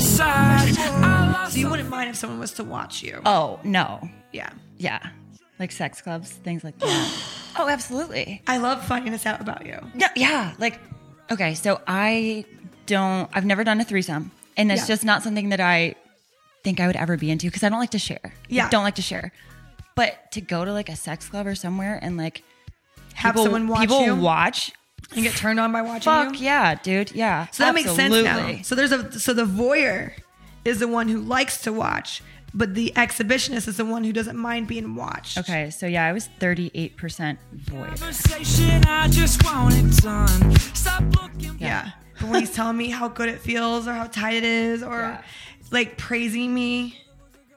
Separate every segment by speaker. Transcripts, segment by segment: Speaker 1: side. I lost
Speaker 2: So you wouldn't mind if someone was to watch you.
Speaker 3: Oh, no.
Speaker 2: Yeah.
Speaker 3: Yeah. Like sex clubs, things like that. oh, absolutely.
Speaker 2: I love finding this out about you.
Speaker 3: No, yeah. Like, okay, so I don't, I've never done a threesome. And it's
Speaker 2: Yeah.
Speaker 3: just not something that I think I would ever be into because I don't like to share.
Speaker 2: Yeah.
Speaker 3: I don't like to share. But to go to like a sex club or somewhere and like
Speaker 2: Have
Speaker 3: people,
Speaker 2: someone watch
Speaker 3: people
Speaker 2: you
Speaker 3: watch.
Speaker 2: and get turned on by watching you.
Speaker 3: Fuck yeah, dude. Yeah.
Speaker 2: So that
Speaker 3: absolutely.
Speaker 2: makes sense now. So there's a so the voyeur is the one who likes to watch, but the exhibitionist is the one who doesn't mind being watched.
Speaker 3: Okay, so yeah, I was 38% voice.
Speaker 1: conversation. I just want it done. Stop looking.
Speaker 2: Yeah. But when he's telling me how good it feels or how tight it is or
Speaker 3: Yeah.
Speaker 2: like praising me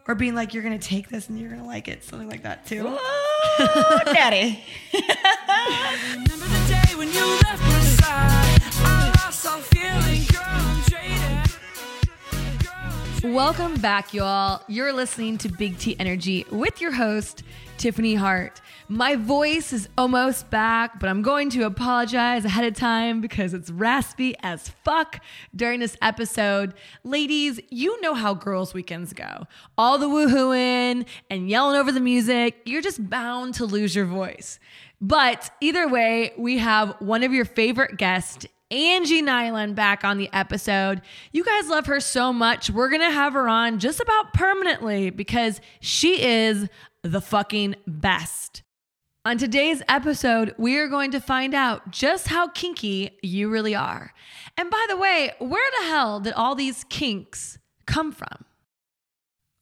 Speaker 2: or being like, you're going to take this and you're going to like it, something like that too.
Speaker 3: Oh, daddy.
Speaker 1: Remember the day when you left my side. I lost all feeling. Girl, I'm jaded. Girl, I'm jaded.
Speaker 4: Welcome back, y'all. You're listening to Big T Energy with your host, Tiffany Hart. My voice is almost back, but I'm going to apologize ahead of time because it's raspy as fuck during this episode. Ladies, you know how girls' weekends go. All the woohooing and yelling over the music, you're just bound to lose your voice. But either way, we have one of your favorite guests Angie Nyland back on the episode. You guys love her so much. We're going to have her on just about permanently because she is the fucking best. On today's episode, we are going to find out just how kinky you really are. And by the way, where the hell did all these kinks come from?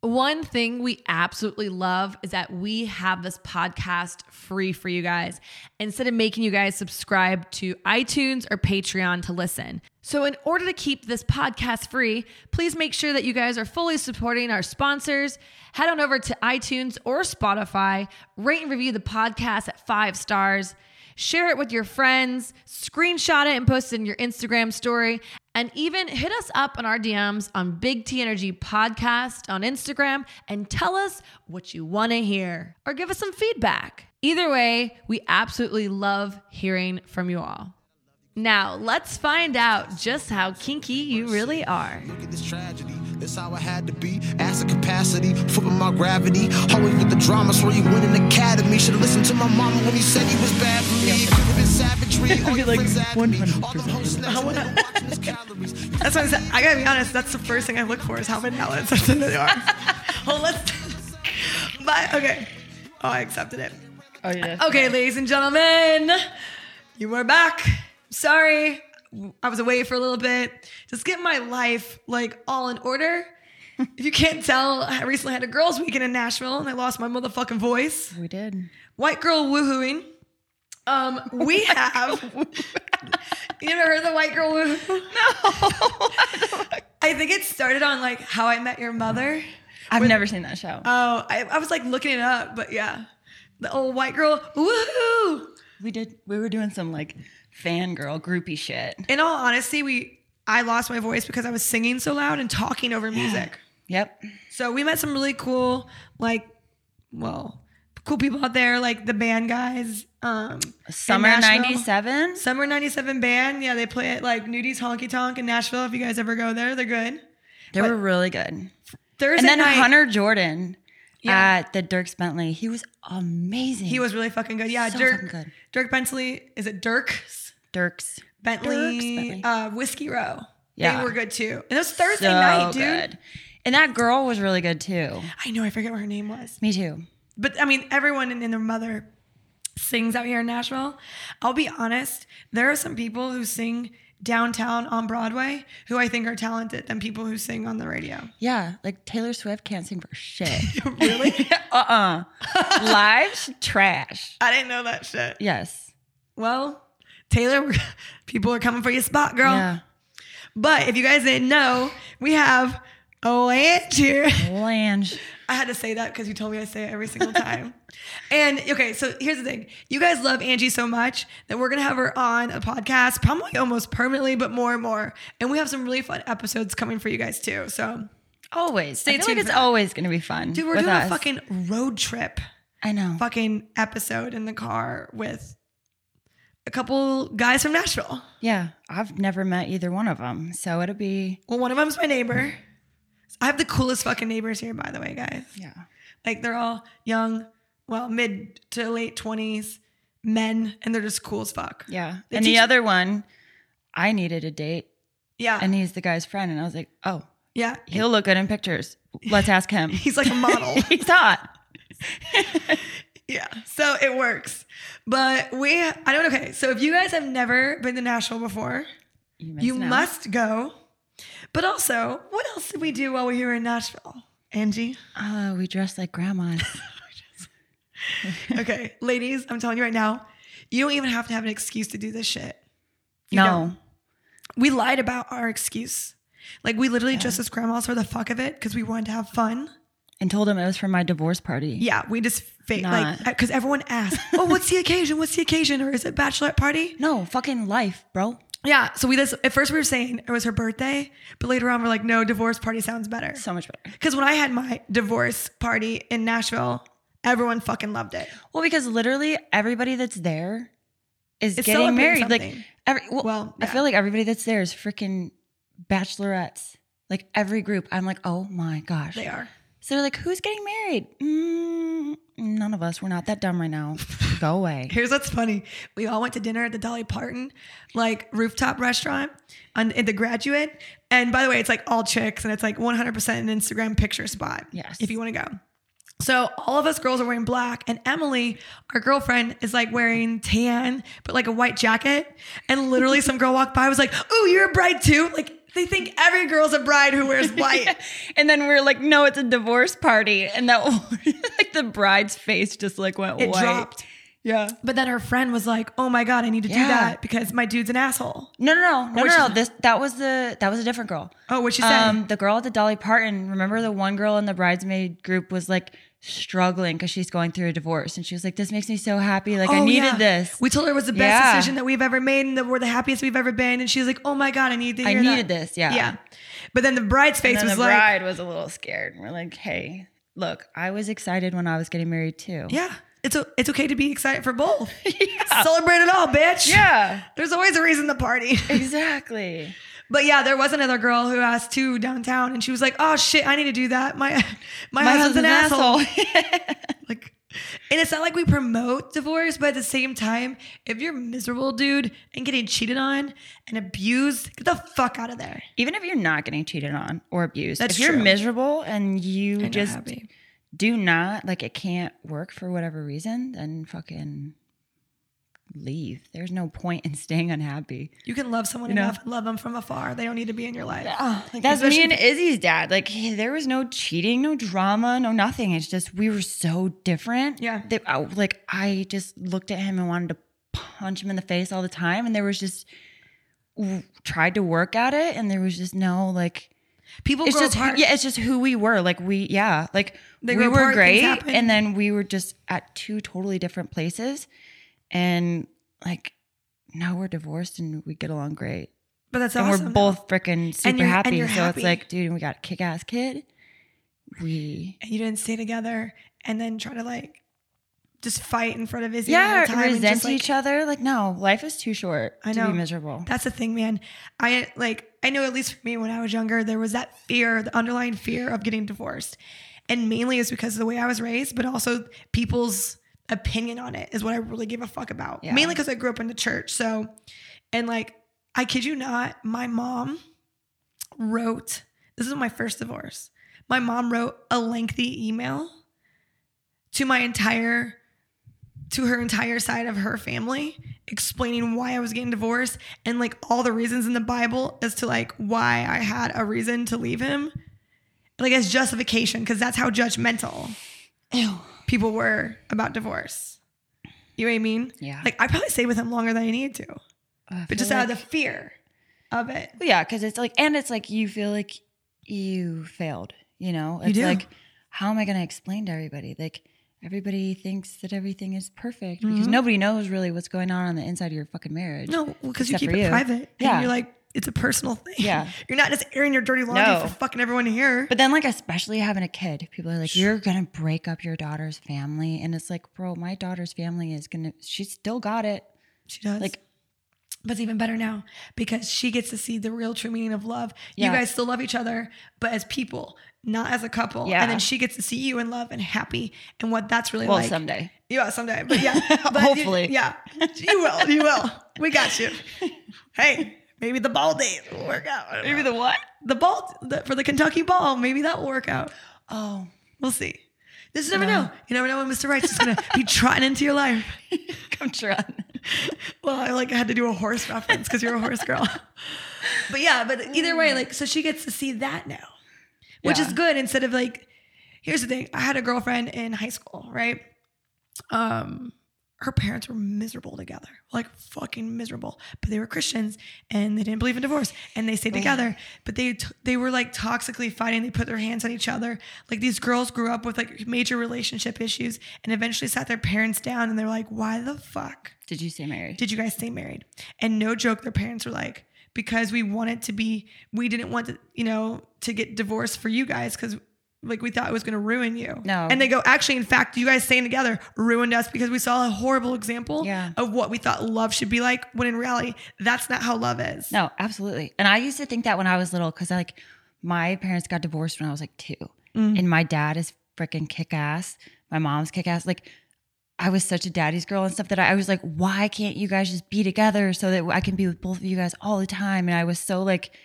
Speaker 4: One thing we absolutely love is that we have this podcast free for you guys instead of making you guys subscribe to iTunes or Patreon to listen. So, in order to keep this podcast free, please make sure that you guys are fully supporting our sponsors. Head on over to iTunes or Spotify, rate and review the podcast at five stars share it with your friends, screenshot it and post it in your Instagram story, and even hit us up on our DMs on Big T Energy Podcast on Instagram and tell us what you want to hear or give us some feedback. Either way, we absolutely love hearing from you all. Now, let's find out just how kinky you really are.
Speaker 5: Look at this tragedy. That's how I had to be. Acid capacity, flipping my gravity. Always with the drama, so you win an academy. Should've listened to my mama when he said he was bad for me. Could've been savagery. All your friends had me. All them whole snacks. and never watching his calories.
Speaker 2: That's what I said. I got to be honest. That's the first thing I look for is how many outlets that's in the arm. well, let's. but, okay. Oh, I accepted it.
Speaker 3: Oh, yeah.
Speaker 2: Okay, ladies and gentlemen, you are back. Sorry, I was away for a little bit. Just getting my life like all in order. If you can't tell, I recently had a girls' weekend in Nashville and I lost my motherfucking voice.
Speaker 3: We did.
Speaker 2: White girl woohooing. Um, we have. you never heard of the white girl woohoo? No. I think it started on like How I Met Your Mother.
Speaker 3: I've never seen that show.
Speaker 2: Oh, I, I was like looking it up, but yeah, the old white girl woohoo.
Speaker 3: we did. We were doing some like fangirl groupie shit.
Speaker 2: in all honesty, we I lost my voice because I was singing so loud and talking over music.
Speaker 3: Yep.
Speaker 2: So we met some really cool, like, well, cool people out there, like the band guys. Um, in
Speaker 3: Summer
Speaker 2: Nashville.
Speaker 3: '97.
Speaker 2: Summer '97 band. Yeah, they play at like Nudie's Honky Tonk in Nashville. If you guys ever go there, they're good.
Speaker 3: They
Speaker 2: but-
Speaker 3: were really good.
Speaker 2: Thursday
Speaker 3: And then
Speaker 2: night,
Speaker 3: Hunter Jordan
Speaker 2: Yeah.
Speaker 3: at the Dirks Bentley. He was amazing.
Speaker 2: he was really fucking good. Yeah,
Speaker 3: So
Speaker 2: Dirk,
Speaker 3: fucking good.
Speaker 2: Dirk Bentley. Is it Dirk's
Speaker 3: Dirks.
Speaker 2: Bentley?
Speaker 3: Dirk's Bentley.
Speaker 2: Uh, Whiskey Row.
Speaker 3: Yeah.
Speaker 2: they were good too. And it was Thursday
Speaker 3: So
Speaker 2: night, dude.
Speaker 3: good. And that girl was really good too.
Speaker 2: I know. I forget what her name was.
Speaker 3: Me too.
Speaker 2: but I mean, everyone and their mother sings out here in Nashville. I'll be honest, there are some people who sing downtown on Broadway who I think are talented than people who sing on the radio.
Speaker 3: Yeah, like Taylor Swift can't sing for shit. really? uh uh Live sh- trash.
Speaker 2: I didn't know that shit.
Speaker 3: Yes.
Speaker 2: Well, Taylor, we're- people are coming for your spot, girl.
Speaker 3: Yeah.
Speaker 2: But if you guys didn't know, we have a land here.
Speaker 3: Lange.
Speaker 2: I had to say that because you told me I say it every single time. and okay, so here's the thing: you guys love Angie so much that we're gonna have her on a podcast, probably almost permanently, but more and more. And we have some really fun episodes coming for you guys too. So,
Speaker 3: Always. Stay I feel
Speaker 2: tuned
Speaker 3: like it's
Speaker 2: for that.
Speaker 3: always going to be fun.
Speaker 2: dude, we're
Speaker 3: with
Speaker 2: doing
Speaker 3: us.
Speaker 2: a fucking road trip,
Speaker 3: I know.
Speaker 2: fucking episode in the car with a couple guys from Nashville.
Speaker 3: Yeah, I've never met either one of them, so it'll be
Speaker 2: Well, one of them's my neighbor. I have the coolest fucking neighbors here, by the way, guys.
Speaker 3: Yeah.
Speaker 2: Like they're all young, well, mid to late twenties men, and they're just cool as fuck.
Speaker 3: Yeah.
Speaker 2: They
Speaker 3: and
Speaker 2: teach-
Speaker 3: the other one, I needed a date,
Speaker 2: yeah,
Speaker 3: and he's the guy's friend, and I was like, oh,
Speaker 2: yeah.
Speaker 3: he'll look good in pictures. Let's ask him.
Speaker 2: He's like a model.
Speaker 3: he's hot.
Speaker 2: Yeah. So it works. But we, I don't, okay. So if you guys have never been to Nashville before, you
Speaker 3: missed out.
Speaker 2: must go. But also, what else did we do while we were in Nashville? Angie?
Speaker 3: Oh, we dress like grandmas.
Speaker 2: Okay. ladies, I'm telling you right now, you don't even have to have an excuse to do this shit. You
Speaker 3: no.
Speaker 2: don't. We lied about our excuse. Like, we literally just as grandmas for the fuck of it because we wanted to have fun.
Speaker 3: And told him it was from my divorce party.
Speaker 2: Yeah. We just fake, like,
Speaker 3: Not.
Speaker 2: because everyone asks, oh, what's the occasion? What's the occasion? Or is it bachelorette party?
Speaker 3: No, fucking life, bro.
Speaker 2: Yeah. So we this at first we were saying it was her birthday, but later on we're like, no, divorce party sounds better.
Speaker 3: So much better.
Speaker 2: Because when I had my divorce party in Nashville, everyone fucking loved it.
Speaker 3: Well, because literally everybody that's there is
Speaker 2: It's
Speaker 3: getting
Speaker 2: celebrating
Speaker 3: married. Like
Speaker 2: something.
Speaker 3: every well,
Speaker 2: Well,
Speaker 3: I
Speaker 2: yeah.
Speaker 3: feel like everybody that's there is freaking bachelorettes. Like every group, I'm like, oh my gosh.
Speaker 2: They are.
Speaker 3: So they're like, who's getting married? Mm, none of us. We're not that dumb right now. Go away.
Speaker 2: Here's what's funny. We all went to dinner at the Dolly Parton like rooftop restaurant on in the graduate. And by the way, it's like all chicks and it's like 100% an Instagram picture spot.
Speaker 3: Yes.
Speaker 2: If you want to go. So all of us girls are wearing black and Emily, our girlfriend, is like wearing tan, but like a white jacket. And literally some girl walked by was like, "Ooh, you're a bride too? Like they think every girl's a bride who wears white.
Speaker 3: And then we're like, no, it's a divorce party. And that like the bride's face just like went
Speaker 2: It
Speaker 3: white.
Speaker 2: dropped.
Speaker 3: Yeah.
Speaker 2: But then her friend was like, "Oh my god, I need to do
Speaker 3: Yeah.
Speaker 2: that because my dude's an asshole."
Speaker 3: No, no, no, no,
Speaker 2: Which-
Speaker 3: no, no. This that was the that was a different girl.
Speaker 2: Oh, what she said?
Speaker 3: Um, the girl at the Dolly Parton. Remember the one girl in the bridesmaid group was like struggling because she's going through a divorce, and she was like, "This makes me so happy. Like I
Speaker 2: Oh,
Speaker 3: needed
Speaker 2: yeah.
Speaker 3: this.
Speaker 2: We told her it was the best
Speaker 3: Yeah.
Speaker 2: decision that we've ever made and that we're the happiest we've ever been. And she's like, oh my God, I need to
Speaker 3: I
Speaker 2: hear
Speaker 3: needed
Speaker 2: that."
Speaker 3: this. Yeah,
Speaker 2: Yeah. But then the bride's face
Speaker 3: And then
Speaker 2: was
Speaker 3: the
Speaker 2: like,
Speaker 3: bride was a little scared, and we're like, "Hey, look, I was excited when I was getting married too.
Speaker 2: yeah, it's, o- it's okay to be excited for both. Celebrate it all, bitch.
Speaker 3: yeah,
Speaker 2: There's always a reason to party.
Speaker 3: exactly.
Speaker 2: But yeah, there was another girl who asked too downtown and she was like, oh shit, I need to do that. My, my,
Speaker 3: My
Speaker 2: husband's an asshole.
Speaker 3: asshole.
Speaker 2: Like, and it's not like we promote divorce, but at the same time, if you're miserable, dude, and getting cheated on and abused, get the fuck out of there.
Speaker 3: Even if you're not getting cheated on or abused,
Speaker 2: That's
Speaker 3: if you're
Speaker 2: true.
Speaker 3: miserable and you
Speaker 2: And not
Speaker 3: just
Speaker 2: happy.
Speaker 3: do not like it can't work for whatever reason, then fucking leave. There's no point in staying unhappy.
Speaker 2: You can love someone
Speaker 3: know?
Speaker 2: enough and love them from afar. They don't need to be in your life.
Speaker 3: Like, that's me and
Speaker 2: Ah, especially-
Speaker 3: Izzy's dad. Like he- there was no cheating, no drama, no nothing. It's just we were so different.
Speaker 2: Yeah.
Speaker 3: That I, like I just looked at him and wanted to punch him in the face all the time, and there was just w- tried to work at it, and there was just no like
Speaker 2: People
Speaker 3: it's
Speaker 2: grow
Speaker 3: just who-
Speaker 2: apart.
Speaker 3: yeah, it's just who we were. Like we yeah, like
Speaker 2: They
Speaker 3: we
Speaker 2: grow
Speaker 3: were
Speaker 2: apart, things
Speaker 3: great,
Speaker 2: happen.
Speaker 3: and then we were just at two totally different places, and like now we're divorced and we get along great,
Speaker 2: but that's
Speaker 3: and
Speaker 2: awesome.
Speaker 3: we're both freaking super
Speaker 2: you're- and
Speaker 3: happy.
Speaker 2: you're
Speaker 3: so
Speaker 2: happy.
Speaker 3: it's like, dude, we got a kick ass kid. We
Speaker 2: And you didn't stay together and then try to like just fight in front of Izzy.
Speaker 3: yeah
Speaker 2: the whole time and
Speaker 3: resent
Speaker 2: just, like,
Speaker 3: each other. Like no, life is too short
Speaker 2: I
Speaker 3: to
Speaker 2: know.
Speaker 3: be miserable.
Speaker 2: That's the thing, man. I like I know at least for me when I was younger, there was that fear, the underlying fear of getting divorced. And mainly it's because of the way I was raised, but also people's opinion on it is what I really give a fuck about.
Speaker 3: Yeah.
Speaker 2: Mainly because I grew up in the church. So and like I kid you not, my mom wrote this is my first divorce. My mom wrote a lengthy email to my entire to her entire side of her family explaining why I was getting divorced and like all the reasons in the Bible as to like why I had a reason to leave him. Like as justification, because that's how judgmental people were about divorce. You know what I mean?
Speaker 3: Yeah.
Speaker 2: Like I probably stayed with him longer than I needed to,
Speaker 3: I
Speaker 2: but
Speaker 3: feel
Speaker 2: just
Speaker 3: like-
Speaker 2: out of the fear of it.
Speaker 3: Well, yeah, because it's like, and it's like you feel like you failed. You know, it's
Speaker 2: do.
Speaker 3: like, how am I going to explain to everybody? Like, everybody thinks that everything is perfect because
Speaker 2: Mm-hmm.
Speaker 3: nobody knows really what's going on on the inside of your fucking marriage.
Speaker 2: No, because you
Speaker 3: Except
Speaker 2: keep
Speaker 3: for
Speaker 2: it
Speaker 3: you.
Speaker 2: private.
Speaker 3: Yeah.
Speaker 2: And you're like, it's a personal thing.
Speaker 3: Yeah.
Speaker 2: You're not just airing your dirty laundry
Speaker 3: No.
Speaker 2: for fucking everyone to hear.
Speaker 3: But then, like, especially having a kid, people are like, you're going to break up your daughter's family. And it's like, bro, my daughter's family is going to, she's still got it.
Speaker 2: she does.
Speaker 3: Like,
Speaker 2: But it's even better now because she gets to see the real true meaning of love. You
Speaker 3: Yeah.
Speaker 2: guys still love each other, but as people, not as a couple.
Speaker 3: Yeah.
Speaker 2: And then she gets to see you in love and happy and what that's really
Speaker 3: Well,
Speaker 2: like.
Speaker 3: someday.
Speaker 2: Yeah, someday. But yeah. But you-
Speaker 3: Hopefully.
Speaker 2: yeah. You will. You will. We got you. Hey, maybe the ball date will work out. Maybe the what? The ball the, for the Kentucky ball. Maybe that will work out.
Speaker 3: Oh,
Speaker 2: We'll see. This is never know. You never know when Mr. Wright's is gonna be trotting into your life.
Speaker 3: come trying.
Speaker 2: Well, I like had to do a horse reference because you're a horse girl. but yeah, but either way, like so she gets to see that now, which
Speaker 3: Yeah.
Speaker 2: is good. Instead of like, here's the thing: I had a girlfriend in high school, right? Um, her parents were miserable together, like fucking miserable. But they were Christians and they didn't believe in divorce, and they stayed together. But they t- they were like toxically fighting. They put their hands on each other. Like these girls grew up with like major relationship issues, and eventually sat their parents down, and they're like, "Why the fuck?"
Speaker 3: Did you say Mary?
Speaker 2: did you guys stay married? And no joke, their parents were like, because we wanted to be, we didn't want to, you know, to get divorced for you guys because like we thought it was going to ruin you.
Speaker 3: No.
Speaker 2: And they go, actually, in fact, you guys staying together ruined us because we saw a horrible example
Speaker 3: Yeah.
Speaker 2: of what we thought love should be like when in reality, that's not how love is.
Speaker 3: No, absolutely. And I used to think that when I was little because like my parents got divorced when I was like 2 and my dad is freaking kick ass. My mom's kick ass. Like I was such a daddy's girl and stuff that I was like, why can't you guys just be together so that I can be with both of you guys all the time? And I was so like,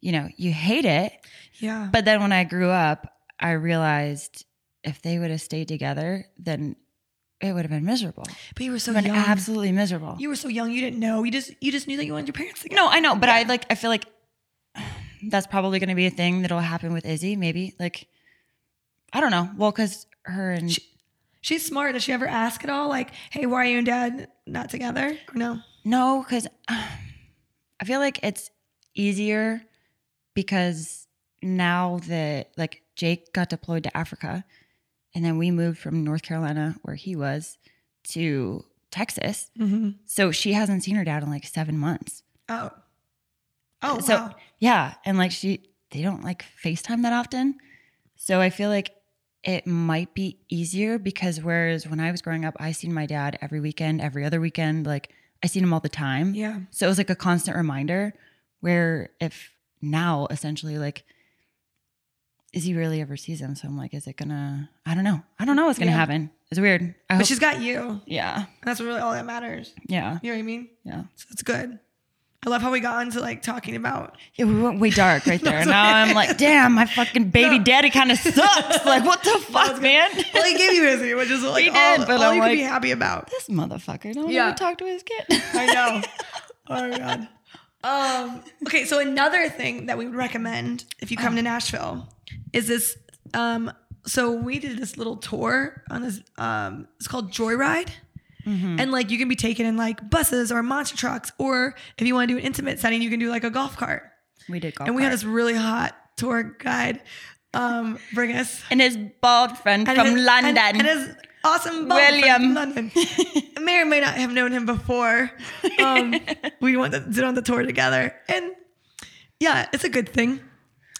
Speaker 3: you know, you hate it.
Speaker 2: Yeah.
Speaker 3: But then when I grew up, I realized if they would have stayed together, then it would have been miserable.
Speaker 2: But you were so
Speaker 3: It would have
Speaker 2: young.
Speaker 3: been absolutely miserable.
Speaker 2: you were so young. You didn't know. You just, you just knew that you wanted your parents together.
Speaker 3: No, I know, but I like I feel like that's probably going to be a thing that'll happen with Izzy. Maybe like I don't know. Well, because her and
Speaker 2: She's smart. Does she ever ask at all? Like, hey, why are you and dad not together? Or no?
Speaker 3: no, because I feel like it's easier because now that like Jake got deployed to Africa, and then we moved from North Carolina where he was to Texas,
Speaker 2: Mm-hmm.
Speaker 3: so she hasn't seen her dad in like seven months.
Speaker 2: Oh. Oh,
Speaker 3: so
Speaker 2: wow.
Speaker 3: yeah and like she they don't like facetime that often so i feel like it might be easier because whereas when i was growing up i seen my dad every weekend every other weekend like i seen him all the time
Speaker 2: Yeah.
Speaker 3: so it was like a constant reminder where if now essentially like is he really ever sees him so i'm like is it gonna i don't know i don't know what's gonna
Speaker 2: Yeah.
Speaker 3: happen it's weird i
Speaker 2: But
Speaker 3: hope
Speaker 2: she's got you.
Speaker 3: yeah
Speaker 2: That's really all that matters.
Speaker 3: yeah
Speaker 2: You know what I mean?
Speaker 3: yeah
Speaker 2: So it's good. I love how we got into like talking about.
Speaker 3: Yeah, we went way dark right there. now I'm like, damn, my fucking baby daddy kind of sucks. like, what the fuck, man?
Speaker 2: Well, he gave you his, which is like
Speaker 3: He
Speaker 2: all,
Speaker 3: did, but
Speaker 2: all
Speaker 3: I'm
Speaker 2: you can
Speaker 3: like-
Speaker 2: be happy about.
Speaker 3: this motherfucker don't
Speaker 2: Yeah.
Speaker 3: even talk to his kid.
Speaker 2: I know. oh my god. Um, okay, so another thing that we would recommend if you come to Nashville is this. Um, so we did this little tour on this. Um, it's called Joyride.
Speaker 3: Mm-hmm.
Speaker 2: And like you can be taken in like buses or monster trucks, or if you want to do an intimate setting, you can do like a golf cart.
Speaker 3: we did golf.
Speaker 2: and we had this really hot tour guide um, bring us
Speaker 3: and his bald friend
Speaker 2: And
Speaker 3: from
Speaker 2: his-
Speaker 3: London.
Speaker 2: and, and his awesome bald
Speaker 3: William.
Speaker 2: friend from London. may or may not have known him before. Um, we went to, did on the tour together, and yeah, it's a good thing.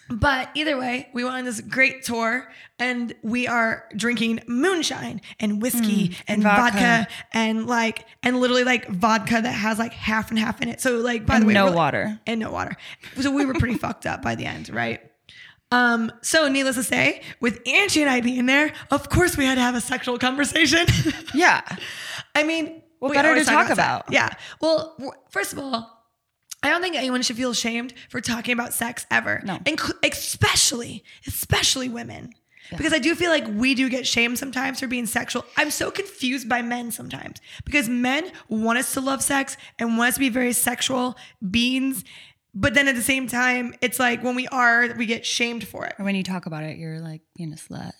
Speaker 2: But either way, we went on this great tour, and we are drinking moonshine and whiskey and vodka.
Speaker 3: Hmm. vodka.
Speaker 2: and like and literally like vodka that has like half and half in it. So like by the
Speaker 3: And
Speaker 2: way,
Speaker 3: no
Speaker 2: we're-
Speaker 3: water.
Speaker 2: and no water. So we were pretty fucked up by the end, right? Um, so needless to say, with Angie and I being there, of course we had to have a sexual conversation.
Speaker 3: yeah.
Speaker 2: I mean,
Speaker 3: What
Speaker 2: we
Speaker 3: better
Speaker 2: always
Speaker 3: to talk
Speaker 2: sex.
Speaker 3: about?
Speaker 2: Yeah. Well, w- first of all, I don't think anyone should feel ashamed for talking about sex ever.
Speaker 3: No.
Speaker 2: Inclu- especially, especially women. Because I do feel like we do get shamed sometimes for being sexual. I'm so confused by men sometimes because men want us to love sex and want us to be very sexual beings. But then at the same time, it's like when we are, we get shamed for it
Speaker 3: Or when you talk about it, you're like being a slut.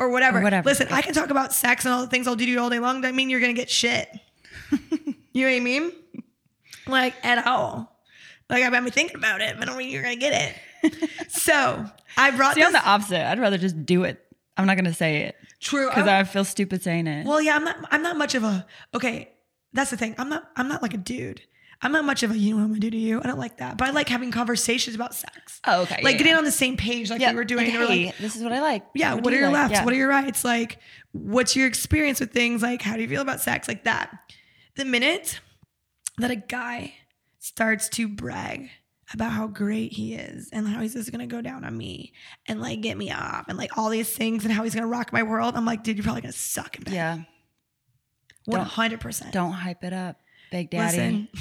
Speaker 2: or whatever.
Speaker 3: Or whatever.
Speaker 2: Listen, I can talk about sex and all the things I'll do to you all day long. That mean you're gonna get shit. you know what I mean? Like at all. Like I've been thinking about it, but I don't mean you're gonna get it. so I brought
Speaker 3: See,
Speaker 2: this
Speaker 3: I'm the opposite. I'd rather just do it. I'm not gonna say it
Speaker 2: true.
Speaker 3: because
Speaker 2: I-
Speaker 3: I feel stupid saying it.
Speaker 2: well, yeah, I'm not. I'm not much of a. Okay, that's the thing. I'm not. I'm not like a dude. I'm not much of a. You know what I'm gonna do to you. I don't like that. But I like having conversations about sex.
Speaker 3: Oh, okay,
Speaker 2: Like
Speaker 3: yeah,
Speaker 2: getting
Speaker 3: yeah.
Speaker 2: on the same page, like we were doing.
Speaker 3: Like,
Speaker 2: or like,
Speaker 3: hey, this is what I like.
Speaker 2: yeah what,
Speaker 3: do
Speaker 2: are
Speaker 3: you
Speaker 2: your
Speaker 3: like?
Speaker 2: lefts
Speaker 3: Yeah.
Speaker 2: what are your rights like what's your experience with things like how do you feel about sex like that the minute that a guy starts to brag about how great he is and how he's just gonna go down on me and like get me off and like all these things and how he's gonna rock my world. I'm like, dude, you're probably gonna suck in bed.
Speaker 3: Yeah.
Speaker 2: one hundred percent.
Speaker 3: Don't hype it up, Big Daddy.
Speaker 2: listen.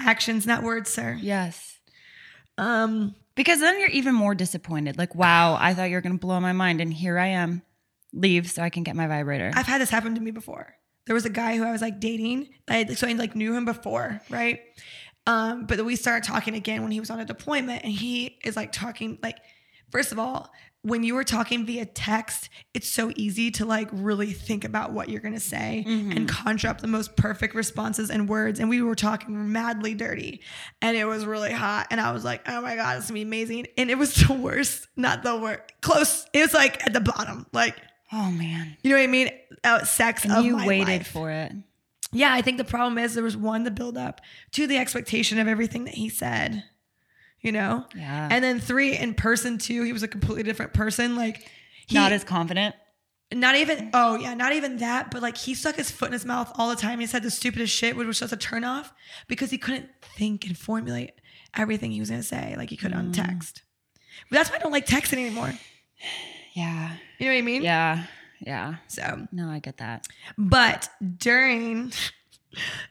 Speaker 2: Actions, not words, sir.
Speaker 3: Yes.
Speaker 2: Um,
Speaker 3: Because then you're even more disappointed. Like, wow, I thought you were going to blow my mind. And here I am. Leave so I can get my vibrator.
Speaker 2: I've had this happen to me before. There was a guy who I was like dating. I so I like knew him before, right? Um, but then we started talking again when he was on a deployment, and he is like talking like, first of all, when you were talking via text, it's so easy to like really think about what you're gonna say and conjure up the most perfect responses and words. And we were talking madly dirty, and it was really hot. And I was like, oh my god, this is gonna be amazing. And it was the worst, not the worst, close. It was like at the bottom, like
Speaker 3: oh, man.
Speaker 2: you know what I mean? Out sex
Speaker 3: And
Speaker 2: of
Speaker 3: you
Speaker 2: my
Speaker 3: waited
Speaker 2: life.
Speaker 3: for it.
Speaker 2: Yeah, I think the problem is there was one the build up, two the expectation of everything that he said, you know,
Speaker 3: Yeah.
Speaker 2: and then three in person too. He was a completely different person. Like he,
Speaker 3: Not as confident.
Speaker 2: not even oh yeah, not even that, but like he stuck his foot in his mouth all the time. He said the stupidest shit, which was just a turn off because he couldn't think and formulate everything he was gonna say like he could
Speaker 3: Mm.
Speaker 2: on text. But that's why I don't like texting anymore.
Speaker 3: Yeah.
Speaker 2: You know what I mean?
Speaker 3: Yeah. Yeah.
Speaker 2: So
Speaker 3: No, I get that.
Speaker 2: But during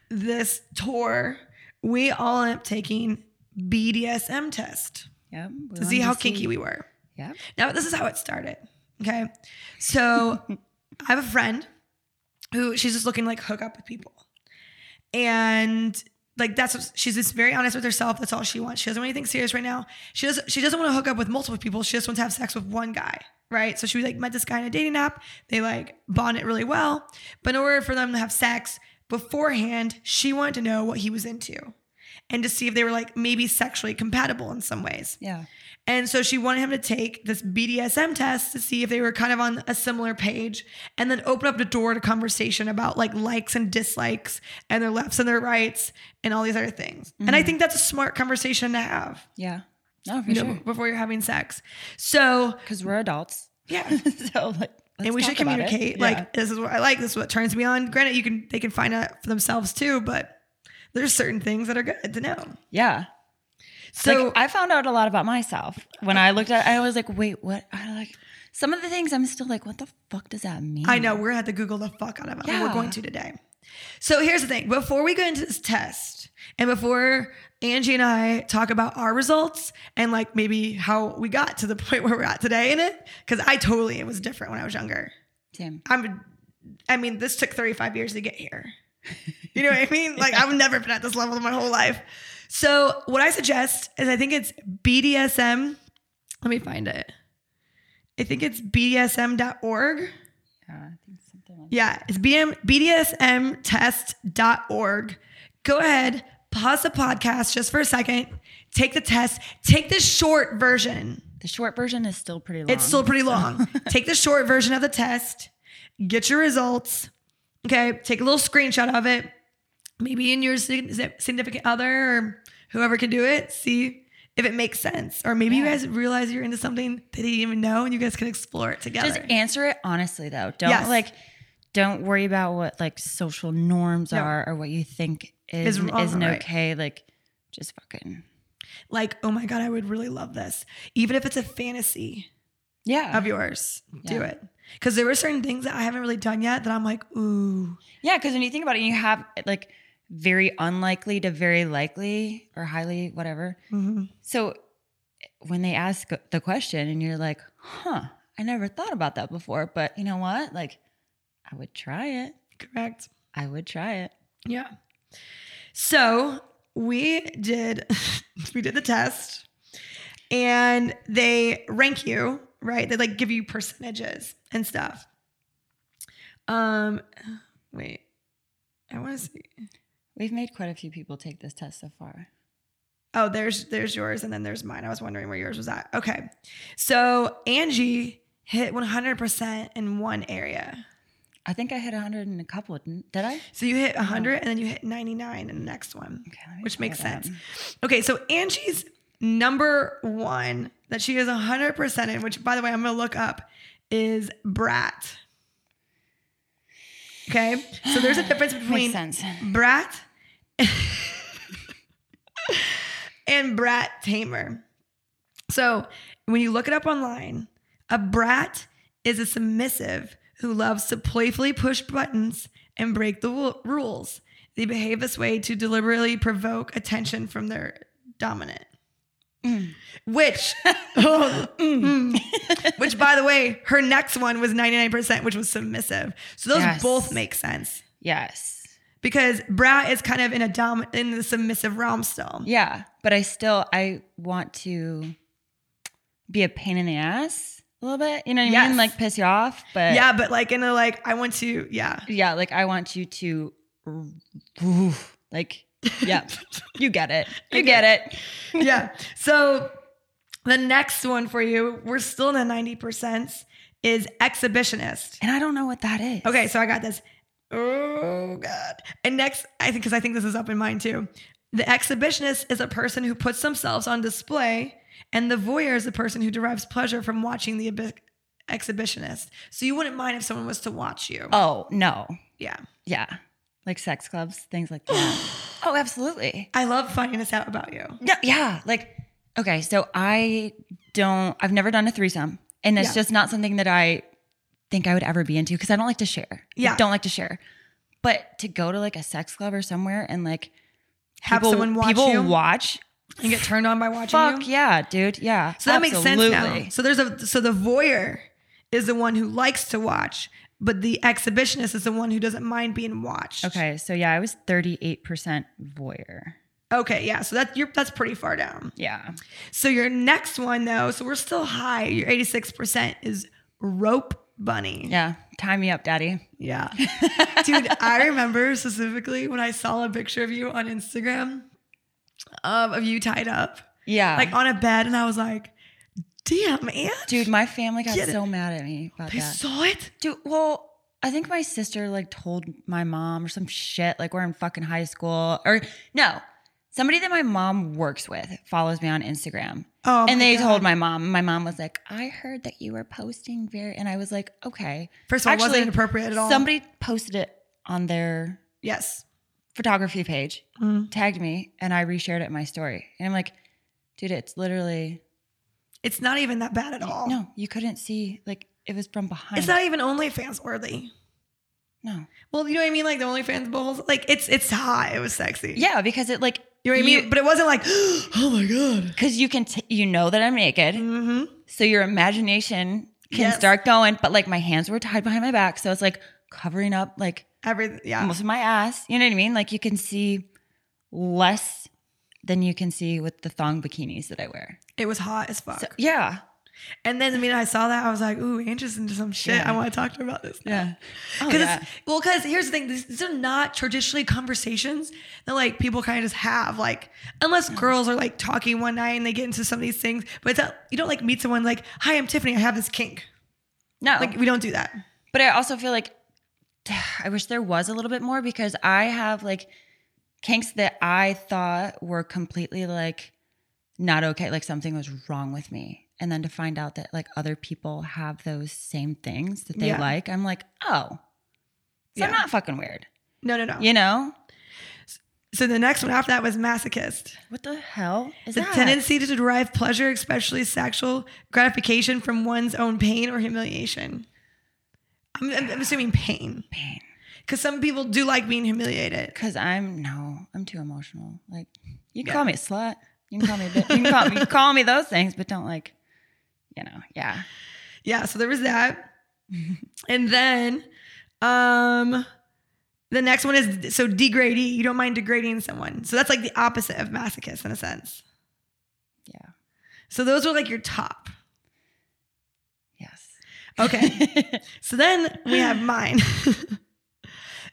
Speaker 2: this tour, we all end up taking BDSM test
Speaker 3: Yep. we
Speaker 2: to
Speaker 3: wanted
Speaker 2: see how kinky we were.
Speaker 3: Yep.
Speaker 2: Now, this is how it started. Okay. So I have a friend who she's just looking to, like hook up with people. And like that's what she's just very honest with herself. That's all she wants. She doesn't want anything serious right now. She doesn't she doesn't want to hook up with multiple people. She just wants to have sex with one guy. Right. So she like met this guy in a dating app. They like bonded really well. But in order for them to have sex beforehand, she wanted to know what he was into and to see if they were like maybe sexually compatible in some ways.
Speaker 3: Yeah.
Speaker 2: And so she wanted him to take this BDSM test to see if they were kind of on a similar page and then open up the door to conversation about like likes and dislikes and their lefts and their rights and all these other things. And I think that's a smart conversation to have
Speaker 3: Yeah. No, Mm-hmm. for
Speaker 2: you know,
Speaker 3: sure.
Speaker 2: before you're having sex. So,
Speaker 3: Because we're adults.
Speaker 2: yeah.
Speaker 3: so, like,
Speaker 2: and we should communicate like this is what I like, this is what turns me on. Granted, you can they can find out for themselves too, but there's certain things that are good to know.
Speaker 3: yeah.
Speaker 2: So
Speaker 3: like, I found out a lot about myself when I looked at. I was like, wait, what? I like some of the things. I'm still like, what the fuck does that mean?
Speaker 2: I know we're gonna have to Google the fuck out of it. and We're
Speaker 3: Yeah.
Speaker 2: going to today. So here's the thing: before we go into this test, and before Angie and I talk about our results and like maybe how we got to the point where we're at today in it, because I totally it was different when I was younger.
Speaker 3: Tim.
Speaker 2: I'm, I mean, this took 35 years to get here. You know what I mean? Like I've never been at this level in my whole life. So what I suggest is I think it's BDSM. Let me find it. I think it's BDSM.org.
Speaker 3: Yeah, I think something like
Speaker 2: Yeah, it's BM, BDSMtest.org. Go ahead, pause the podcast just for a second, take the test, take the short version.
Speaker 3: the short version is still pretty long.
Speaker 2: It's still pretty long. take the short version of the test, get your results. Okay, take a little screenshot of it. Maybe in your sig- significant other or whoever can do it, see if it makes sense. Or maybe you guys realize you're into something that you didn't even know and you guys can explore it together.
Speaker 3: Just answer it honestly though. Don't
Speaker 2: Yes.
Speaker 3: like. Don't worry about what like social norms
Speaker 2: No.
Speaker 3: are or what you think is
Speaker 2: Is wrong or
Speaker 3: isn't
Speaker 2: right.
Speaker 3: okay. Like, just fucking
Speaker 2: like, oh my God, I would really love this. Even if it's a fantasy.
Speaker 3: yeah,
Speaker 2: of yours. Do
Speaker 3: Yeah.
Speaker 2: it. Because there were certain things that I haven't really done yet that I'm like, ooh,
Speaker 3: yeah. Because when you think about it, you have like very unlikely to very likely or highly whatever.
Speaker 2: mm-hmm,
Speaker 3: So when they ask the question and you're like, huh, I never thought about that before, but you know what? Like, I would try it.
Speaker 2: correct.
Speaker 3: I would try it.
Speaker 2: Yeah. So we did, we did the test, and they rank you, right? They like give you percentages and stuff. Um, wait, I want to see.
Speaker 3: We've made quite a few people take this test so far.
Speaker 2: Oh, there's there's yours, and then there's mine. I was wondering where yours was at. Okay, so Angie hit 100% in one area.
Speaker 3: I think I hit 100 in a couple, didn't, did I?
Speaker 2: So you hit 100 and then you hit 99 in the next one,
Speaker 3: let me
Speaker 2: which
Speaker 3: pull
Speaker 2: makes
Speaker 3: it up.
Speaker 2: sense. Okay, so Angie's number one that she is 100% in, which by the way, I'm going to look up, is brat. Okay, so there's a difference between
Speaker 3: Makes sense.
Speaker 2: brat and brat tamer. So when you look it up online, a brat is a submissive who loves to playfully push buttons and break the wu- rules. They behave this way to deliberately provoke attention from their dominant. Which, oh, Mm. which by the way, her next one was 99%, which was submissive. So those
Speaker 3: Yes.
Speaker 2: both make sense
Speaker 3: Yes.
Speaker 2: because brat is kind of in a dom in the submissive realm still.
Speaker 3: Yeah, but I still I want to be a pain in the ass a little bit. You know what I
Speaker 2: Yes.
Speaker 3: mean? Like piss you off, but
Speaker 2: Yeah, but like in a like I want to yeah.
Speaker 3: yeah, like I want you to, oof, like yeah, you get it, you get it.
Speaker 2: yeah. So the next one for you, we're still in the 90% is exhibitionist.
Speaker 3: And I don't know what that is.
Speaker 2: Okay, so I got this. Oh god. And next, I think because I think this is up in mine too. The exhibitionist is a person who puts themselves on display, and the voyeur is a person who derives pleasure from watching the abi- exhibitionist. So you wouldn't mind if someone was to watch you.
Speaker 3: Oh no,
Speaker 2: Yeah.
Speaker 3: yeah, like sex clubs, things like that. oh, absolutely.
Speaker 2: I love finding this out about you.
Speaker 3: No, yeah, like okay, so I don't. I've never done a threesome, and it's
Speaker 2: Yeah.
Speaker 3: just not something that I think I would ever be into because I don't like to share.
Speaker 2: Yeah.
Speaker 3: I don't like to share. But to go to like a sex club or somewhere and like
Speaker 2: Have
Speaker 3: people,
Speaker 2: someone watch
Speaker 3: people
Speaker 2: you
Speaker 3: watch.
Speaker 2: and get turned on by watching you.
Speaker 3: Fuck yeah, dude. Yeah.
Speaker 2: So that
Speaker 3: absolutely.
Speaker 2: makes sense now. So there's a so the voyeur is the one who likes to watch, but the exhibitionist is the one who doesn't mind being watched.
Speaker 3: Okay, so yeah, I was 38% voyeur.
Speaker 2: Okay, yeah. So that you're that's pretty far down.
Speaker 3: Yeah.
Speaker 2: So your next one though, so we're still high. Your 86% is rope bunny.
Speaker 3: Yeah. Tie me up, daddy.
Speaker 2: Yeah. Dude, I remember specifically when I saw a picture of you on Instagram um, of, of you tied up,
Speaker 3: Yeah.
Speaker 2: like on a bed, and I was like, damn, Aunt.
Speaker 3: dude, my family got
Speaker 2: Get it.
Speaker 3: so mad at me about
Speaker 2: they
Speaker 3: that.
Speaker 2: saw it?
Speaker 3: Dude, well, I think my sister like told my mom or some shit. Like we're in fucking high school, or no, somebody that my mom works with follows me on Instagram,
Speaker 2: Oh,
Speaker 3: and
Speaker 2: my
Speaker 3: they
Speaker 2: God.
Speaker 3: told my mom. My mom was like, "I heard that you were posting very," and I was like, "Okay."
Speaker 2: First of all, it wasn't inappropriate at all.
Speaker 3: Somebody posted it on their
Speaker 2: Yes.
Speaker 3: photography page,
Speaker 2: Mm.
Speaker 3: tagged me, and I reshared it in my story, and I'm like, "Dude, it's literally
Speaker 2: It's not even that bad at all.
Speaker 3: no, you couldn't see like." It was from behind.
Speaker 2: It's not even OnlyFans worthy.
Speaker 3: no.
Speaker 2: Well, you know what I mean? Like the OnlyFans bowls. Like it's it's hot. It was sexy.
Speaker 3: Yeah, because it like
Speaker 2: You know what I mean? but it wasn't like, oh my God.
Speaker 3: because you can t- you know that I'm naked,
Speaker 2: Mm-hmm.
Speaker 3: so your imagination can
Speaker 2: Mm. Yes.
Speaker 3: start going. But like my hands were tied behind my back, so it's like covering up like
Speaker 2: Everything. Yeah.
Speaker 3: most of my ass. You know what I mean? Like you can see less than you can see with the thong bikinis that I wear.
Speaker 2: It was hot as fuck.
Speaker 3: So, yeah,
Speaker 2: and then, I mean, I saw that. I was like, ooh, Andrew's into some shit. I want to talk to her about this. now.
Speaker 3: yeah, oh,
Speaker 2: 'Cause
Speaker 3: yeah.
Speaker 2: it's, well, because here's the thing: these, these are not traditionally conversations that like people kind of just have, like unless girls are like talking one night and they get into some of these things. But it's not, you don't like meet someone like, "Hi, I'm Tiffany. I have this kink."
Speaker 3: no.
Speaker 2: Like we don't do that.
Speaker 3: but I also feel like I wish there was a little bit more because I have like kinks that I thought were completely like not okay, like something was wrong with me. And then to find out that like other people have those same things that they
Speaker 2: Yeah.
Speaker 3: like, I'm like, oh, so
Speaker 2: Yeah.
Speaker 3: I'm not fucking weird,
Speaker 2: No, no, no.
Speaker 3: you know?
Speaker 2: So the next one after that was masochist.
Speaker 3: What the hell is
Speaker 2: The
Speaker 3: that?
Speaker 2: tendency to derive pleasure, especially sexual gratification, from one's own pain or humiliation. I'm, I'm, I'm assuming pain,
Speaker 3: pain.
Speaker 2: because some people do like being humiliated.
Speaker 3: Cause I'm no, I'm too emotional. Like you can call me a slut, you can call me a bitch, you can call me, call me those things, but don't like, you know, yeah.
Speaker 2: Yeah, so there was that. and then um the next one is so degradee. You don't mind degrading someone. So that's like the opposite of masochist in a sense.
Speaker 3: Yeah.
Speaker 2: So those were like your top.
Speaker 3: Yes.
Speaker 2: Okay. so then we have mine.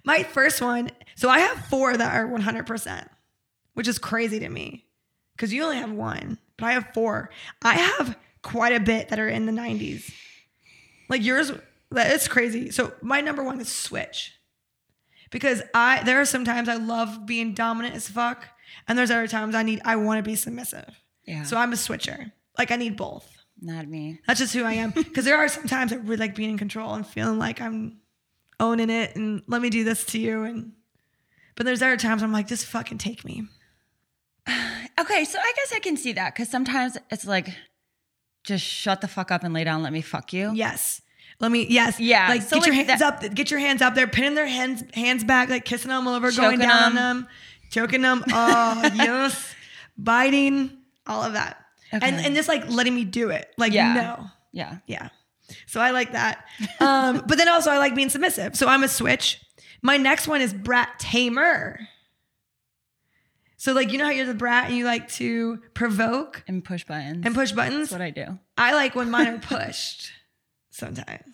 Speaker 2: My first one. So I have four that are 100%, which is crazy to me because you only have one, but I have four. I have quite a bit that are in the 90s. Like yours, that it's crazy. So my number one is switch because I, there are some times I love being dominant as fuck. And there's other times I need, I want to be submissive.
Speaker 3: Yeah.
Speaker 2: So I'm a switcher. Like I need both.
Speaker 3: Not me.
Speaker 2: That's just who I am. Because there are some times I really like being in control and feeling like I'm owning it and let me do this to you. And but there's other times I'm like, just fucking take me.
Speaker 3: Okay, so I guess I can see that because sometimes it's like, just shut the fuck up and lay down. Let me fuck you.
Speaker 2: Yes. Let me. Yes.
Speaker 3: Yeah,
Speaker 2: Like
Speaker 3: so
Speaker 2: get your
Speaker 3: like
Speaker 2: hands
Speaker 3: that-
Speaker 2: up. Get your hands up. They're pinning their hands hands back, like kissing them all over, going
Speaker 3: Choking
Speaker 2: down on
Speaker 3: them.
Speaker 2: them, choking them. Oh yes, biting, all of that, and
Speaker 3: Okay.
Speaker 2: and just like letting me do it. Like
Speaker 3: Yeah.
Speaker 2: no,
Speaker 3: Yeah.
Speaker 2: yeah. So I like that. Um, but then also I like being submissive. So I'm a switch. My next one is brat tamer. So like you know how you're the brat and you like to provoke
Speaker 3: And push buttons.
Speaker 2: and push buttons.
Speaker 3: That's what I do.
Speaker 2: I like when mine are pushed sometimes.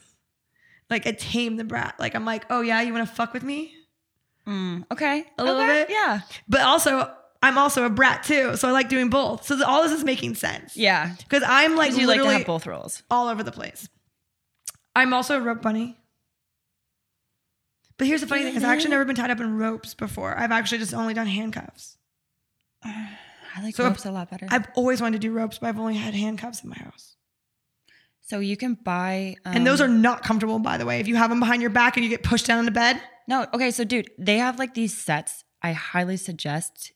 Speaker 2: Like I tame the brat. Like I'm like, oh yeah, you want to fuck with me?
Speaker 3: Mm, okay.
Speaker 2: A little
Speaker 3: okay,
Speaker 2: bit?
Speaker 3: Yeah.
Speaker 2: But also, I'm also a brat too, so I like doing both. So th- all this is making sense.
Speaker 3: Yeah.
Speaker 2: Because I'm like
Speaker 3: Because you like to
Speaker 2: literally
Speaker 3: have both roles.
Speaker 2: all over the place. I'm also a rope bunny. But here's the funny thing: is I've actually never been tied up in ropes before. I've actually just only done handcuffs.
Speaker 3: I like
Speaker 2: So
Speaker 3: ropes a lot better.
Speaker 2: I've always wanted to do ropes, but I've only had handcuffs in my house.
Speaker 3: so you can buy. Um,
Speaker 2: And those are not comfortable, by the way. If you have them behind your back and you get pushed down on the bed,
Speaker 3: No, okay, so dude, they have like these sets. I highly suggest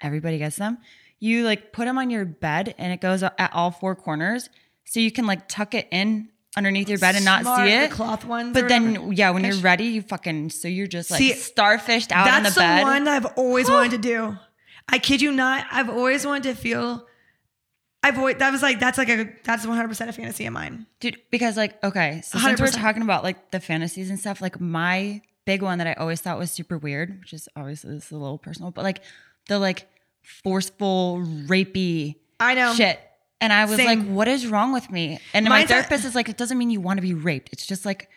Speaker 3: everybody gets them. You like put them on your bed and it goes at all four corners so you can like tuck it in underneath your bed and not
Speaker 2: Smart,
Speaker 3: see
Speaker 2: the
Speaker 3: it.
Speaker 2: cloth ones or
Speaker 3: But then
Speaker 2: whatever.
Speaker 3: yeah, when you're ready, you fucking so you're just like
Speaker 2: See,
Speaker 3: starfished out on the
Speaker 2: That's the,
Speaker 3: bed.
Speaker 2: one I've always wanted to do. I kid you not. I've always wanted to feel. I've always, that was like that's like a that's 100 percent a fantasy of mine.
Speaker 3: Dude, because like, okay, so since we're
Speaker 2: 100%.
Speaker 3: talking about like the fantasies and stuff, like my big one that I always thought was super weird, which is obviously this is a little personal, but like the like forceful, rapey
Speaker 2: I know.
Speaker 3: shit. And I was like,
Speaker 2: Um, Same.
Speaker 3: what is wrong with me? And my
Speaker 2: Mine's a-
Speaker 3: therapist is like, it doesn't mean you want to be raped. It's just like,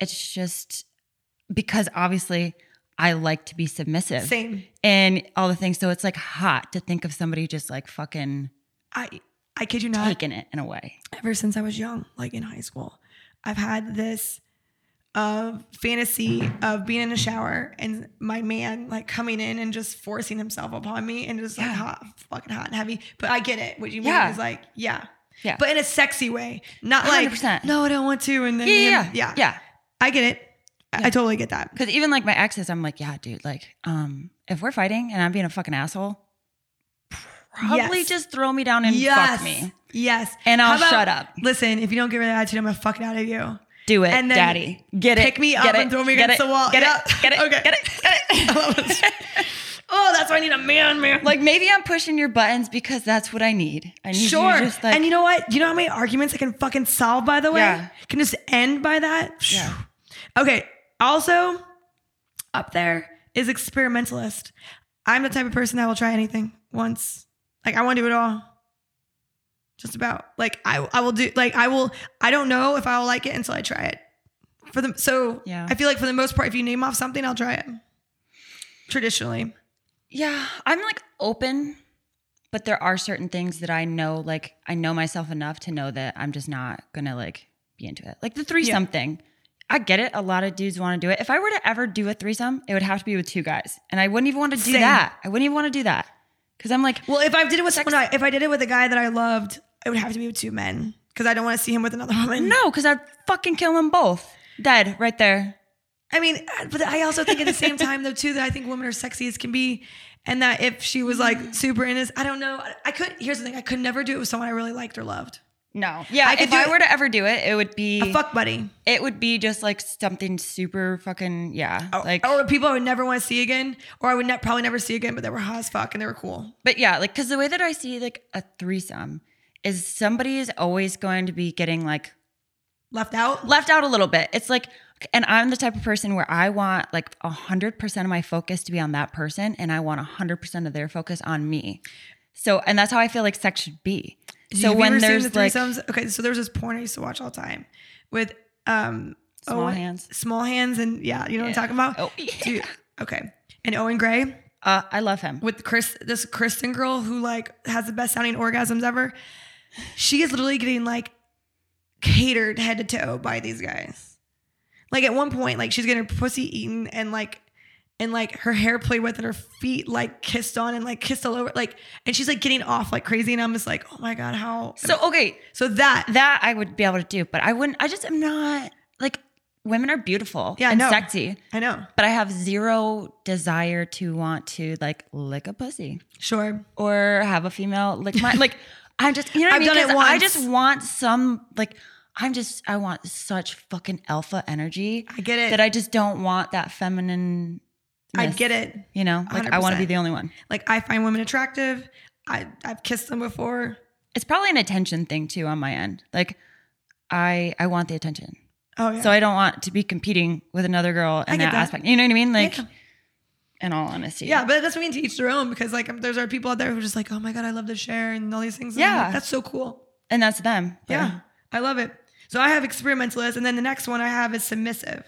Speaker 3: it's just because obviously I like to be submissive.
Speaker 2: Same.
Speaker 3: And all the things. So it's like hot to think of somebody just like fucking
Speaker 2: I I kid you not.
Speaker 3: taking it in a way.
Speaker 2: Ever since I was young, like in high school, I've had this of fantasy of being in the shower and my man like coming in and just forcing himself upon me and just like hot, fucking hot and heavy. But I get it. What you mean
Speaker 3: Yeah.
Speaker 2: is like, yeah.
Speaker 3: Yeah.
Speaker 2: But in a sexy way, not like
Speaker 3: 100%.
Speaker 2: no, I don't want to. And then
Speaker 3: Yeah,
Speaker 2: him-
Speaker 3: yeah, yeah. Yeah.
Speaker 2: I get it. I, I totally get that.
Speaker 3: Because even like my exes, I'm like, yeah, dude, like, um, if we're fighting and I'm being a fucking asshole, probably
Speaker 2: Yes.
Speaker 3: just throw me down and
Speaker 2: yes.
Speaker 3: fuck me.
Speaker 2: Yes.
Speaker 3: And I'll
Speaker 2: How about-
Speaker 3: shut up.
Speaker 2: Listen, if you don't get rid of that attitude, I'm gonna fuck it out of you.
Speaker 3: Do it,
Speaker 2: And then
Speaker 3: daddy. Get it.
Speaker 2: pick me
Speaker 3: Get
Speaker 2: up
Speaker 3: it.
Speaker 2: and throw me
Speaker 3: Get
Speaker 2: against
Speaker 3: it.
Speaker 2: the wall.
Speaker 3: Get it.
Speaker 2: Yeah.
Speaker 3: Get it.
Speaker 2: Okay.
Speaker 3: Get it. Get it.
Speaker 2: Oh, that's why I need a man, man.
Speaker 3: like maybe I'm pushing your buttons because that's what I need. I need you to
Speaker 2: sure.
Speaker 3: just like
Speaker 2: and you know what? You know how many arguments I can fucking solve, by the way?
Speaker 3: Yeah.
Speaker 2: Can just end by that?
Speaker 3: Yeah.
Speaker 2: Okay. Also, up there is experimentalist. I'm the type of person that will try anything once. Like, I want to do it all. Just about. Like, I, I will do, like, I will, I don't know if I will like it until I try it. For the, so
Speaker 3: Yeah.
Speaker 2: I feel like for the most part, if you name off something, I'll try it. Traditionally.
Speaker 3: yeah, I'm like open, but there are certain things that I know, like I know myself enough to know that I'm just not gonna like be into it. Like the threesome thing. I get it. A lot of dudes want to do it. If I were to ever do a threesome, it would have to be with two guys, and I wouldn't even want to do
Speaker 2: Same.
Speaker 3: that. I wouldn't even want to do that because I'm like,
Speaker 2: Well, if I did it with someone, I, if I did it with a guy that I loved, it would have to be with two men because I don't want to see him with another woman.
Speaker 3: no, because I'd fucking kill them both dead right there.
Speaker 2: I mean, uh, but I also think at the same time though too that I think women are sexy as can be, and that if she was
Speaker 3: Mm-hmm.
Speaker 2: like super into, this- I don't know, I- I could. Here's the thing, I could never do it with someone I really liked or loved.
Speaker 3: No. Yeah.
Speaker 2: I could
Speaker 3: if
Speaker 2: do
Speaker 3: I
Speaker 2: it-
Speaker 3: were to ever do it, it would be
Speaker 2: A fuck buddy,
Speaker 3: it would be just like something super fucking yeah. Oh. like
Speaker 2: or people I would never want to see again, or I would ne- probably never see again, but they were hot as fuck and they were cool.
Speaker 3: but yeah, like cuz the way that I see like a threesome is somebody is always going to be getting like
Speaker 2: Left out.
Speaker 3: left out a little bit. It's like and I'm the type of person where I want like 100% of my focus to be on that person and I want 100% of their focus on me. So and that's how I feel like sex should be. So
Speaker 2: Have you
Speaker 3: when
Speaker 2: ever seen
Speaker 3: there's
Speaker 2: the
Speaker 3: like
Speaker 2: threesomes? okay, so there's this porn I used to watch all the time with um
Speaker 3: Small hands.
Speaker 2: small hands, and yeah, you know
Speaker 3: Yeah.
Speaker 2: what I'm talking about.
Speaker 3: Oh, yeah.
Speaker 2: Dude, okay, and Owen Gray
Speaker 3: uh, I love him.
Speaker 2: with Chris, this Kristen girl who like has the best sounding orgasms ever. She is literally getting like catered head to toe by these guys. Like at one point, like she's getting her pussy eaten and like and like her hair played with and her feet like kissed on and like kissed all over like and she's like getting off like crazy and I'm just like oh my god how
Speaker 3: So okay,
Speaker 2: so that
Speaker 3: that I would be able to do, but I wouldn't. I just am not like women are beautiful
Speaker 2: Yeah, I
Speaker 3: and
Speaker 2: know.
Speaker 3: sexy.
Speaker 2: I know.
Speaker 3: But I have zero desire to want to like lick a pussy
Speaker 2: Sure.
Speaker 3: or have a female lick my like. I'm just you know what I
Speaker 2: I've
Speaker 3: mean?
Speaker 2: done it
Speaker 3: 'Cause I
Speaker 2: once.
Speaker 3: just want some like I'm just I want such fucking alpha energy.
Speaker 2: I get it.
Speaker 3: that I just don't want that feminine.
Speaker 2: I get it.
Speaker 3: You know, like I want to be
Speaker 2: 100%.
Speaker 3: the only one.
Speaker 2: Like I find women attractive. I I've kissed them before.
Speaker 3: It's probably an attention thing too on my end. Like I I want the attention.
Speaker 2: Oh yeah.
Speaker 3: So I don't want to be competing with another girl in
Speaker 2: get
Speaker 3: that,
Speaker 2: that.
Speaker 3: aspect. You know what I mean? Like
Speaker 2: Yeah.
Speaker 3: in all honesty.
Speaker 2: yeah, but that's what we need to each their own because like there's are people out there who are just like, oh my god, I love to share and all these things. And I'm like,
Speaker 3: Yeah.
Speaker 2: that's so cool.
Speaker 3: And that's them. but-
Speaker 2: Yeah, I love it. So I have experimentalist, and then the next one I have is submissive,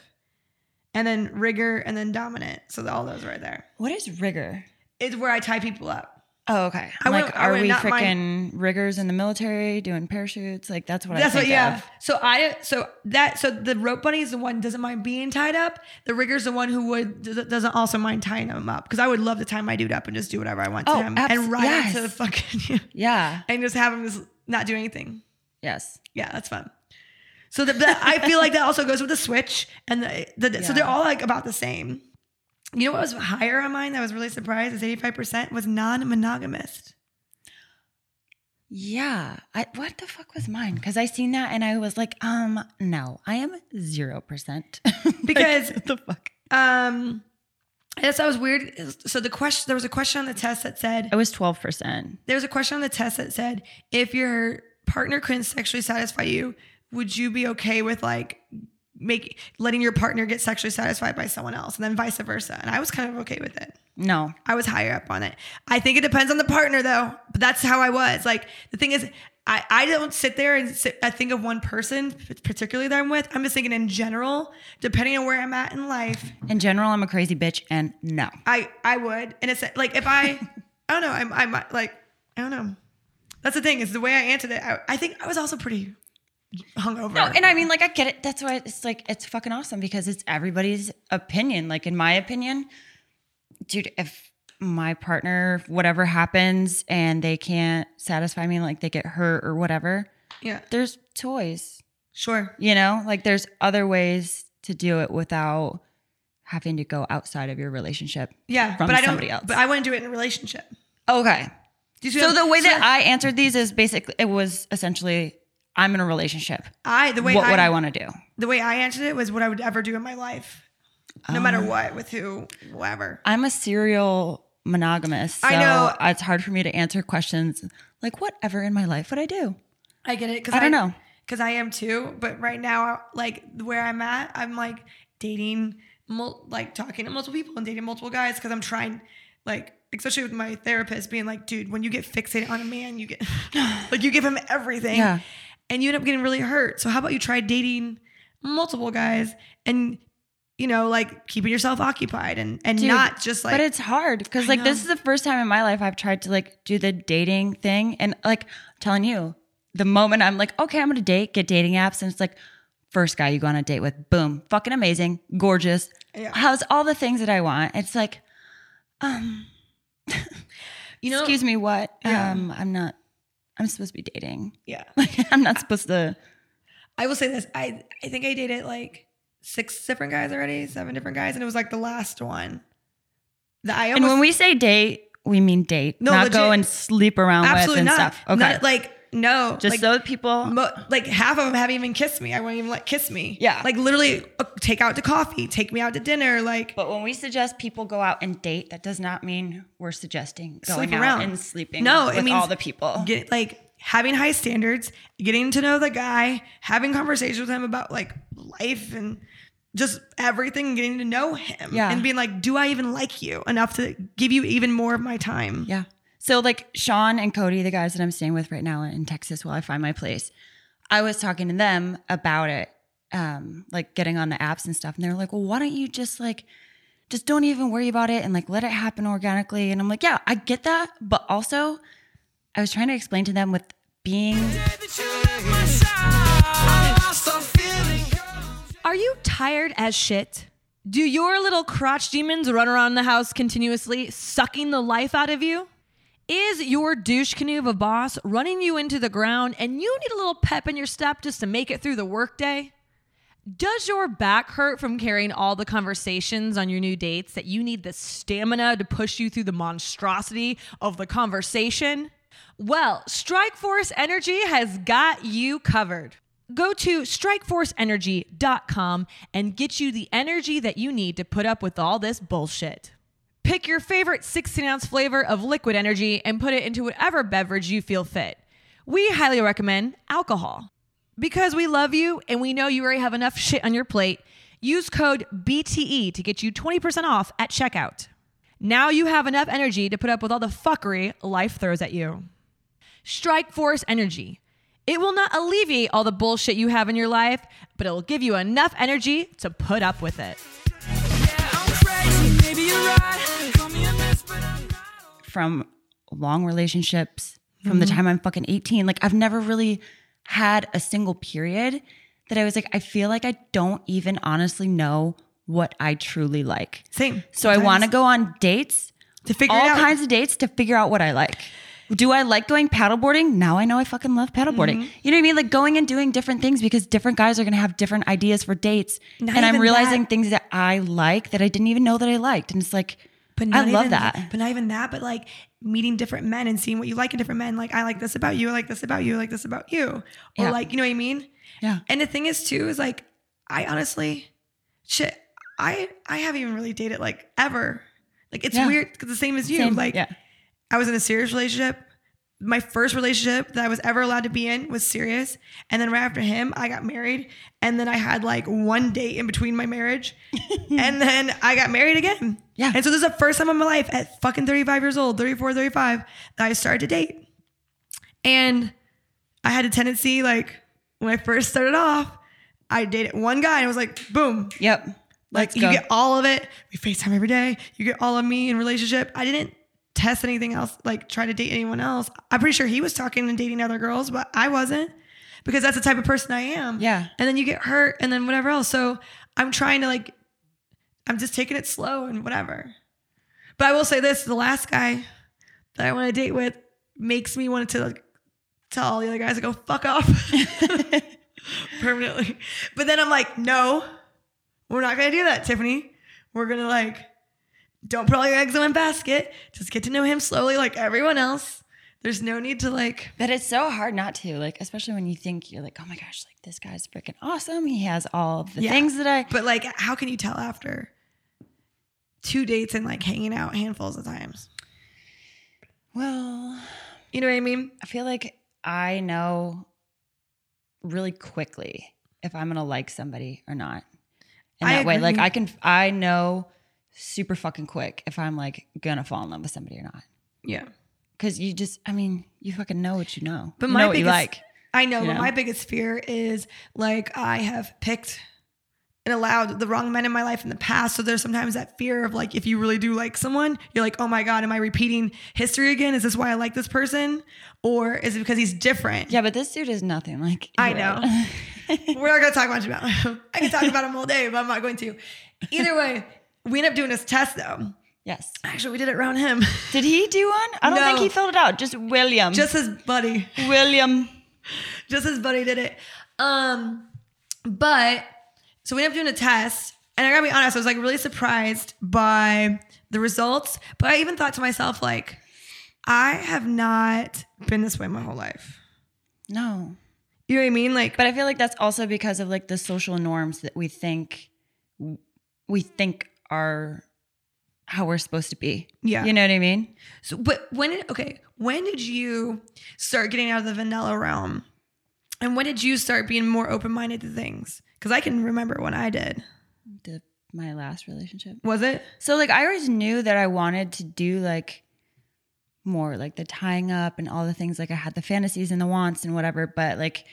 Speaker 2: and then rigor, and then dominant. So all those right there.
Speaker 3: What is rigor?
Speaker 2: It's where I tie people up.
Speaker 3: Oh, okay.
Speaker 2: I
Speaker 3: like,
Speaker 2: wouldn't- I
Speaker 3: are
Speaker 2: would
Speaker 3: we
Speaker 2: not
Speaker 3: freaking riggers in the military doing parachutes? Like, that's what
Speaker 2: That's
Speaker 3: I
Speaker 2: what,
Speaker 3: think
Speaker 2: yeah.
Speaker 3: of.
Speaker 2: So I, so that, so the rope bunny is the one who doesn't mind being tied up. The rigger's the one who would does- doesn't also mind tying them up because I would love to tie my dude up and just do whatever I want to
Speaker 3: Oh,
Speaker 2: him
Speaker 3: abs-
Speaker 2: and ride him to
Speaker 3: yes.
Speaker 2: the fucking
Speaker 3: Yeah.
Speaker 2: and just have him just not do anything.
Speaker 3: Yes.
Speaker 2: Yeah, that's fun. So the, the, I feel like that also goes with the switch, and the, the so
Speaker 3: Yeah.
Speaker 2: they're all like about the same. You know what was higher on mine? That I was really surprised. Is eighty five percent was non monogamous.
Speaker 3: Yeah. I, what the fuck was mine? Because I seen that and I was like, um, no, I am 0%. Like,
Speaker 2: Because-
Speaker 3: what the fuck?
Speaker 2: Um, I guess that was weird. So the question there was a question on the test that said
Speaker 3: It was 12%.
Speaker 2: there was a question on the test that said if your partner couldn't sexually satisfy you, would you be okay with like make letting your partner get sexually satisfied by someone else, and then vice versa? And I was kind of okay with it.
Speaker 3: No.
Speaker 2: I was higher up on it. I think it depends on the partner though. But that's how I was. Like the thing is, I, I don't sit there and sit, I think of one person particularly that I'm with. I'm just thinking in general, depending on where I'm at in life,
Speaker 3: In general, I'm a crazy bitch and no.
Speaker 2: I I would. And it's like if I I don't know, I'm I'm like I don't know. That's the thing is the way I answered it. I, I think I was also pretty hungover.
Speaker 3: No, and I mean, like, I get it. That's why it's like, it's fucking awesome because it's everybody's opinion. Like, in my opinion, dude, if my partner, whatever happens, and they can't satisfy me, like they get hurt or whatever,
Speaker 2: yeah,
Speaker 3: there's toys,
Speaker 2: sure.
Speaker 3: you know? Like, there's other ways to do it without having to go outside of your relationship.
Speaker 2: Yeah,
Speaker 3: from
Speaker 2: but I don't.
Speaker 3: somebody else.
Speaker 2: But I wouldn't do it in a relationship.
Speaker 3: okay.
Speaker 2: Do you see
Speaker 3: So
Speaker 2: what I'm-
Speaker 3: the way
Speaker 2: so
Speaker 3: that I answered these is basically, it was essentially, I'm in a relationship.
Speaker 2: I the way
Speaker 3: what would
Speaker 2: I
Speaker 3: I want to do?
Speaker 2: the way I answered it was what I would ever do in my life, no matter
Speaker 3: Ah.
Speaker 2: what, with who, whatever.
Speaker 3: I'm a serial monogamous. So
Speaker 2: I know.
Speaker 3: it's hard for me to answer questions like whatever in my life would I do?
Speaker 2: I get it. Cause
Speaker 3: I don't know.
Speaker 2: Because I am too. But right now, like where I'm at, I'm like dating, mul- like talking to multiple people and dating multiple guys because I'm trying, like, especially with my therapist being like, dude, when you get fixated on a man, you get, like, you give him everything.
Speaker 3: Yeah.
Speaker 2: And you end up getting really hurt. So how about you try dating multiple guys and, you know, like keeping yourself occupied and and
Speaker 3: Dude,
Speaker 2: not just like
Speaker 3: but it's hard because like this is the first time in my life I've tried to like do the dating thing and like I'm telling you the moment I'm like okay I'm gonna date get dating apps and it's like first guy you go on a date with boom fucking amazing gorgeous
Speaker 2: Yeah.
Speaker 3: how's all the things that I want it's like um,
Speaker 2: you know
Speaker 3: excuse me what
Speaker 2: Yeah.
Speaker 3: um I'm not I'm supposed to be dating
Speaker 2: yeah
Speaker 3: like I'm not supposed to
Speaker 2: I will say this. I I think I dated like six different guys already, seven different guys, and it was like the last one. That I
Speaker 3: And
Speaker 2: almost
Speaker 3: when we say date, we mean date,
Speaker 2: No,
Speaker 3: not go
Speaker 2: legit.
Speaker 3: and sleep around with
Speaker 2: absolutely
Speaker 3: and
Speaker 2: not.
Speaker 3: stuff. Okay,
Speaker 2: Not, like no,
Speaker 3: just
Speaker 2: like,
Speaker 3: so people.
Speaker 2: Mo- like half of them haven't even kissed me. I won't even like kiss me.
Speaker 3: Yeah.
Speaker 2: like literally uh, take out to coffee, take me out to dinner. Like
Speaker 3: but when we suggest people go out and date, that does not mean we're suggesting going
Speaker 2: sleep
Speaker 3: out
Speaker 2: around
Speaker 3: and sleeping.
Speaker 2: No,
Speaker 3: with
Speaker 2: it means
Speaker 3: all the people.
Speaker 2: get like having high standards, getting to know the guy, having conversations with him about like life and just everything, getting to know him,
Speaker 3: Yeah.
Speaker 2: and being like, do I even like you enough to give you even more of my time?
Speaker 3: yeah. So like Sean and Cody, the guys that I'm staying with right now in Texas, while I find my place, I was talking to them about it, um, like getting on the apps and stuff, and they're like, "Well, why don't you just like." Just don't even worry about it and like let it happen organically. And I'm like, yeah, I get that. But also, I was trying to explain to them with being
Speaker 4: Are you tired as shit? Do your little crotch demons run around the house continuously, sucking the life out of you? Is your douche canoe of a boss running you into the ground and you need a little pep in your step just to make it through the workday? Does your back hurt from carrying all the conversations on your new dates that you need the stamina to push you through the monstrosity of the conversation? Well, Strikeforce Energy has got you covered. Go to strikeforceenergy.com and get you the energy that you need to put up with all this bullshit. Pick your favorite 16 ounce flavor of liquid energy and put it into whatever beverage you feel fit. We highly recommend alcohol. Because we love you and we know you already have enough shit on your plate, use code BTE to get you 20% off at checkout. Now you have enough energy to put up with all the fuckery life throws at you. Strike Force Energy. It will not alleviate all the bullshit you have in your life, but it will give you enough energy to put up with it.
Speaker 1: Yeah, I'm crazy. Maybe you're right. Call me a mess, but I'm not.
Speaker 3: from long relationships from
Speaker 2: Mm-hmm.
Speaker 3: the time I'm fucking 18. Like I've never really had a single period that I was like, I feel like I don't even honestly know what I truly like.
Speaker 2: Same.
Speaker 3: So I want to go on dates,
Speaker 2: to figure
Speaker 3: all
Speaker 2: it out.
Speaker 3: kinds of dates to figure out what I like. Do I like going paddleboarding? Now I know I fucking love paddleboarding.
Speaker 2: Mm-hmm.
Speaker 3: You know what I mean? Like going and doing different things because different guys are gonna have different ideas for dates. and I'm
Speaker 2: even
Speaker 3: realizing
Speaker 2: that.
Speaker 3: things that I like that I didn't even know that I liked. And it's like,
Speaker 2: But
Speaker 3: I
Speaker 2: not
Speaker 3: love
Speaker 2: even,
Speaker 3: that.
Speaker 2: But not even that. But like meeting different men and seeing what you like in different men. Like I like this about you. I like this about you. I like this about you. Or
Speaker 3: Yeah.
Speaker 2: like you know what I mean.
Speaker 3: Yeah.
Speaker 2: And the thing is too is like I honestly, shit, I I haven't even really dated like ever. Like it's
Speaker 3: Yeah.
Speaker 2: weird because the same as you.
Speaker 3: Same.
Speaker 2: Like
Speaker 3: yeah.
Speaker 2: I was in a serious relationship. My first relationship that I was ever allowed to be in was serious. And then right after him, I got married. And then I had like one date in between my marriage. and then I got married again.
Speaker 3: Yeah.
Speaker 2: And so this is the first time in my life at fucking 35 years old, 34, 35, that I started to date. And I had a tendency, like when I first started off, I dated one guy and it was like, boom,
Speaker 3: Yep.
Speaker 2: like
Speaker 3: Let's
Speaker 2: you
Speaker 3: go.
Speaker 2: get all of it. We FaceTime every day. You get all of me in relationship. I didn't test anything else, like try to date anyone else. I'm pretty sure he was talking and dating other girls, but I wasn't because that's the type of person I am.
Speaker 3: Yeah.
Speaker 2: And then you get hurt and then whatever else. So I'm trying to like, I'm just taking it slow and whatever. But I will say this the last guy that I want to date with makes me want to like tell all the other guys to go fuck off permanently. But then I'm like, no, we're not gonna do that, Tiffany. We're gonna like, don't put all your eggs in one basket. Just get to know him slowly, like everyone else. There's no need to like.
Speaker 3: But it's so hard not to, like, especially when you think you're like, oh my gosh, like this guy's freaking awesome. He has all of the
Speaker 2: Yeah.
Speaker 3: things that I.
Speaker 2: But like, how can you tell after two dates and like hanging out handfuls of times?
Speaker 3: Well,
Speaker 2: You know what I mean?
Speaker 3: I feel like I know really quickly if I'm gonna like somebody or not. In
Speaker 2: I
Speaker 3: that way, like
Speaker 2: agree.
Speaker 3: I can, I know super fucking quick if I'm like gonna fall in love with somebody or not.
Speaker 2: Yeah.
Speaker 3: Because you just, I mean, you fucking know what you know.
Speaker 2: But
Speaker 3: You
Speaker 2: my
Speaker 3: know what you
Speaker 2: biggest,
Speaker 3: like.
Speaker 2: I know,
Speaker 3: you
Speaker 2: but
Speaker 3: know?
Speaker 2: my biggest fear is like I have picked and allowed the wrong men in my life in the past. So there's sometimes that fear of like if you really do like someone, you're like, oh my god, am I repeating history again? Is this why I like this person, or is it because he's different?
Speaker 3: Yeah, but this dude is nothing like.
Speaker 2: I
Speaker 3: you
Speaker 2: We're not gonna talk much about him. I can talk about him all day, but I'm not going to. Either way, we end up doing this test though.
Speaker 3: yes.
Speaker 2: Actually, we did it around him,
Speaker 3: Did he do one? I don't think
Speaker 2: No.
Speaker 3: he filled it out. Just William.
Speaker 2: just his buddy.
Speaker 3: William.
Speaker 2: just his buddy did it. Um, but so we ended up doing a test, and I gotta be honest, I was like really surprised by the results. But I even thought to myself, like, I have not been this way my whole life.
Speaker 3: No.
Speaker 2: You know what I mean? Like,
Speaker 3: But I feel like that's also because of like the social norms that we think we think are how we're supposed to be.
Speaker 2: Yeah.
Speaker 3: You know what I mean?
Speaker 2: so, but when did okay? When did you start getting out of the vanilla realm? And when did you start being more open minded to things? Because I can remember when I did.
Speaker 3: The, my last relationship.
Speaker 2: Was it?
Speaker 3: So like I always knew that I wanted to do like more like the tying up and all the things like I had the fantasies and the wants and whatever, but like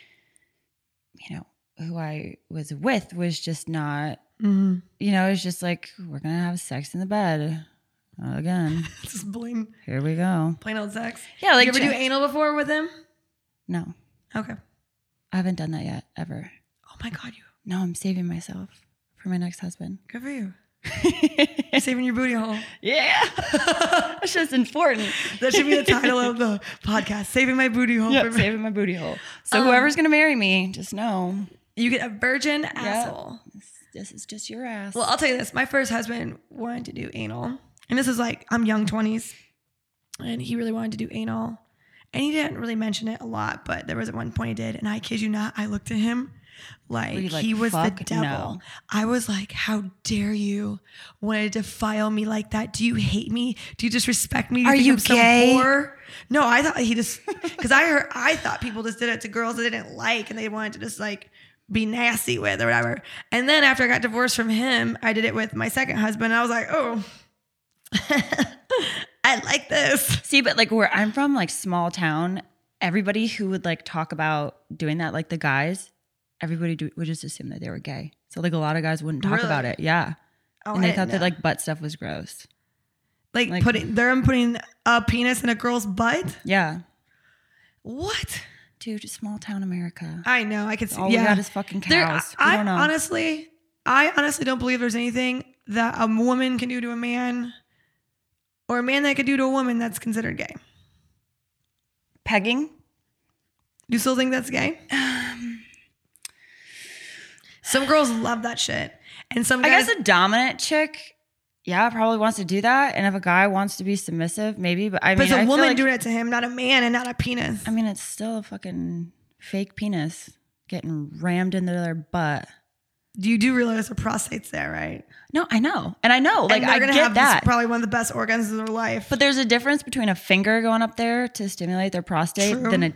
Speaker 3: you know, who I was with was just not you know, it's just like we're going to have sex in the bed. uh, Again,
Speaker 2: Just plain,
Speaker 3: here we go.
Speaker 2: plain old sex.
Speaker 3: Yeah, like
Speaker 2: you ever do
Speaker 3: ju-
Speaker 2: anal before with him?
Speaker 3: No.
Speaker 2: Okay.
Speaker 3: I haven't done that yet, ever.
Speaker 2: Oh my god, you
Speaker 3: No, I'm saving myself for my next husband.
Speaker 2: Good for you. Saving your booty hole.
Speaker 3: Yeah. That's just important.
Speaker 2: That should be the title of the podcast. Saving my booty hole.
Speaker 3: Yep,
Speaker 2: for- Um,
Speaker 3: saving my booty hole. So whoever's gonna marry me, just know
Speaker 2: You get a virgin asshole.
Speaker 3: This is just your ass.
Speaker 2: Well, I'll tell you this. My first husband wanted to do anal. And this is like, I'm young 20s. And he really wanted to do anal. And he didn't really mention it a lot, but there was at one point he did. And I kid you not, I looked at him
Speaker 3: Were you
Speaker 2: like,
Speaker 3: like,
Speaker 2: he was the
Speaker 3: "Fuck
Speaker 2: devil.
Speaker 3: no."
Speaker 2: I was like, how dare you want to defile me like that? Do you hate me? Do you disrespect me? Do
Speaker 3: Are
Speaker 2: think
Speaker 3: you
Speaker 2: I'm some
Speaker 3: gay?
Speaker 2: whore?" No, I thought he just, because I heard, I thought people just did it to girls that they didn't like and they wanted to just like, be nasty with or whatever. And then after I got divorced from him, I did it with my second husband. And I was like, oh, I like this.
Speaker 3: See, but like where I'm from, like small town, everybody who would like talk about doing that, like the guys, everybody do, would just assume that they were gay. So like a lot of guys wouldn't talk about
Speaker 2: Really?
Speaker 3: it. Yeah.
Speaker 2: Oh,
Speaker 3: and
Speaker 2: I
Speaker 3: they
Speaker 2: didn't
Speaker 3: thought that
Speaker 2: know.
Speaker 3: like butt stuff was gross.
Speaker 2: like,
Speaker 3: like-
Speaker 2: putting they're putting a penis in a girl's butt.
Speaker 3: Yeah.
Speaker 2: What?
Speaker 3: Dude, just small town America.
Speaker 2: I know. I could see.
Speaker 3: All
Speaker 2: yeah.
Speaker 3: we got is fucking
Speaker 2: There-
Speaker 3: cows. we
Speaker 2: I,
Speaker 3: don't know.
Speaker 2: honestly, I honestly don't believe there's anything that a woman can do to a man, or a man that could do to a woman that's considered gay.
Speaker 3: Pegging?
Speaker 2: Do you still think that's gay?
Speaker 3: Um,
Speaker 2: some girls love that shit, and some
Speaker 3: I
Speaker 2: guys.
Speaker 3: guess a dominant chick, yeah, probably wants to do that. And if a guy wants to be submissive, maybe. But I
Speaker 2: but
Speaker 3: mean,
Speaker 2: it's a
Speaker 3: I feel
Speaker 2: woman
Speaker 3: like-
Speaker 2: doing it to him, not a man, and not a penis.
Speaker 3: I mean, it's still a fucking fake penis getting rammed into their butt.
Speaker 2: Do you do realize the prostate's there, right?
Speaker 3: No, I know, and I know, like
Speaker 2: and they're
Speaker 3: I
Speaker 2: gonna
Speaker 3: get
Speaker 2: have this-
Speaker 3: that.
Speaker 2: probably one of the best organs of their life.
Speaker 3: but there's a difference between a finger going up there to stimulate their prostate
Speaker 2: True.
Speaker 3: than a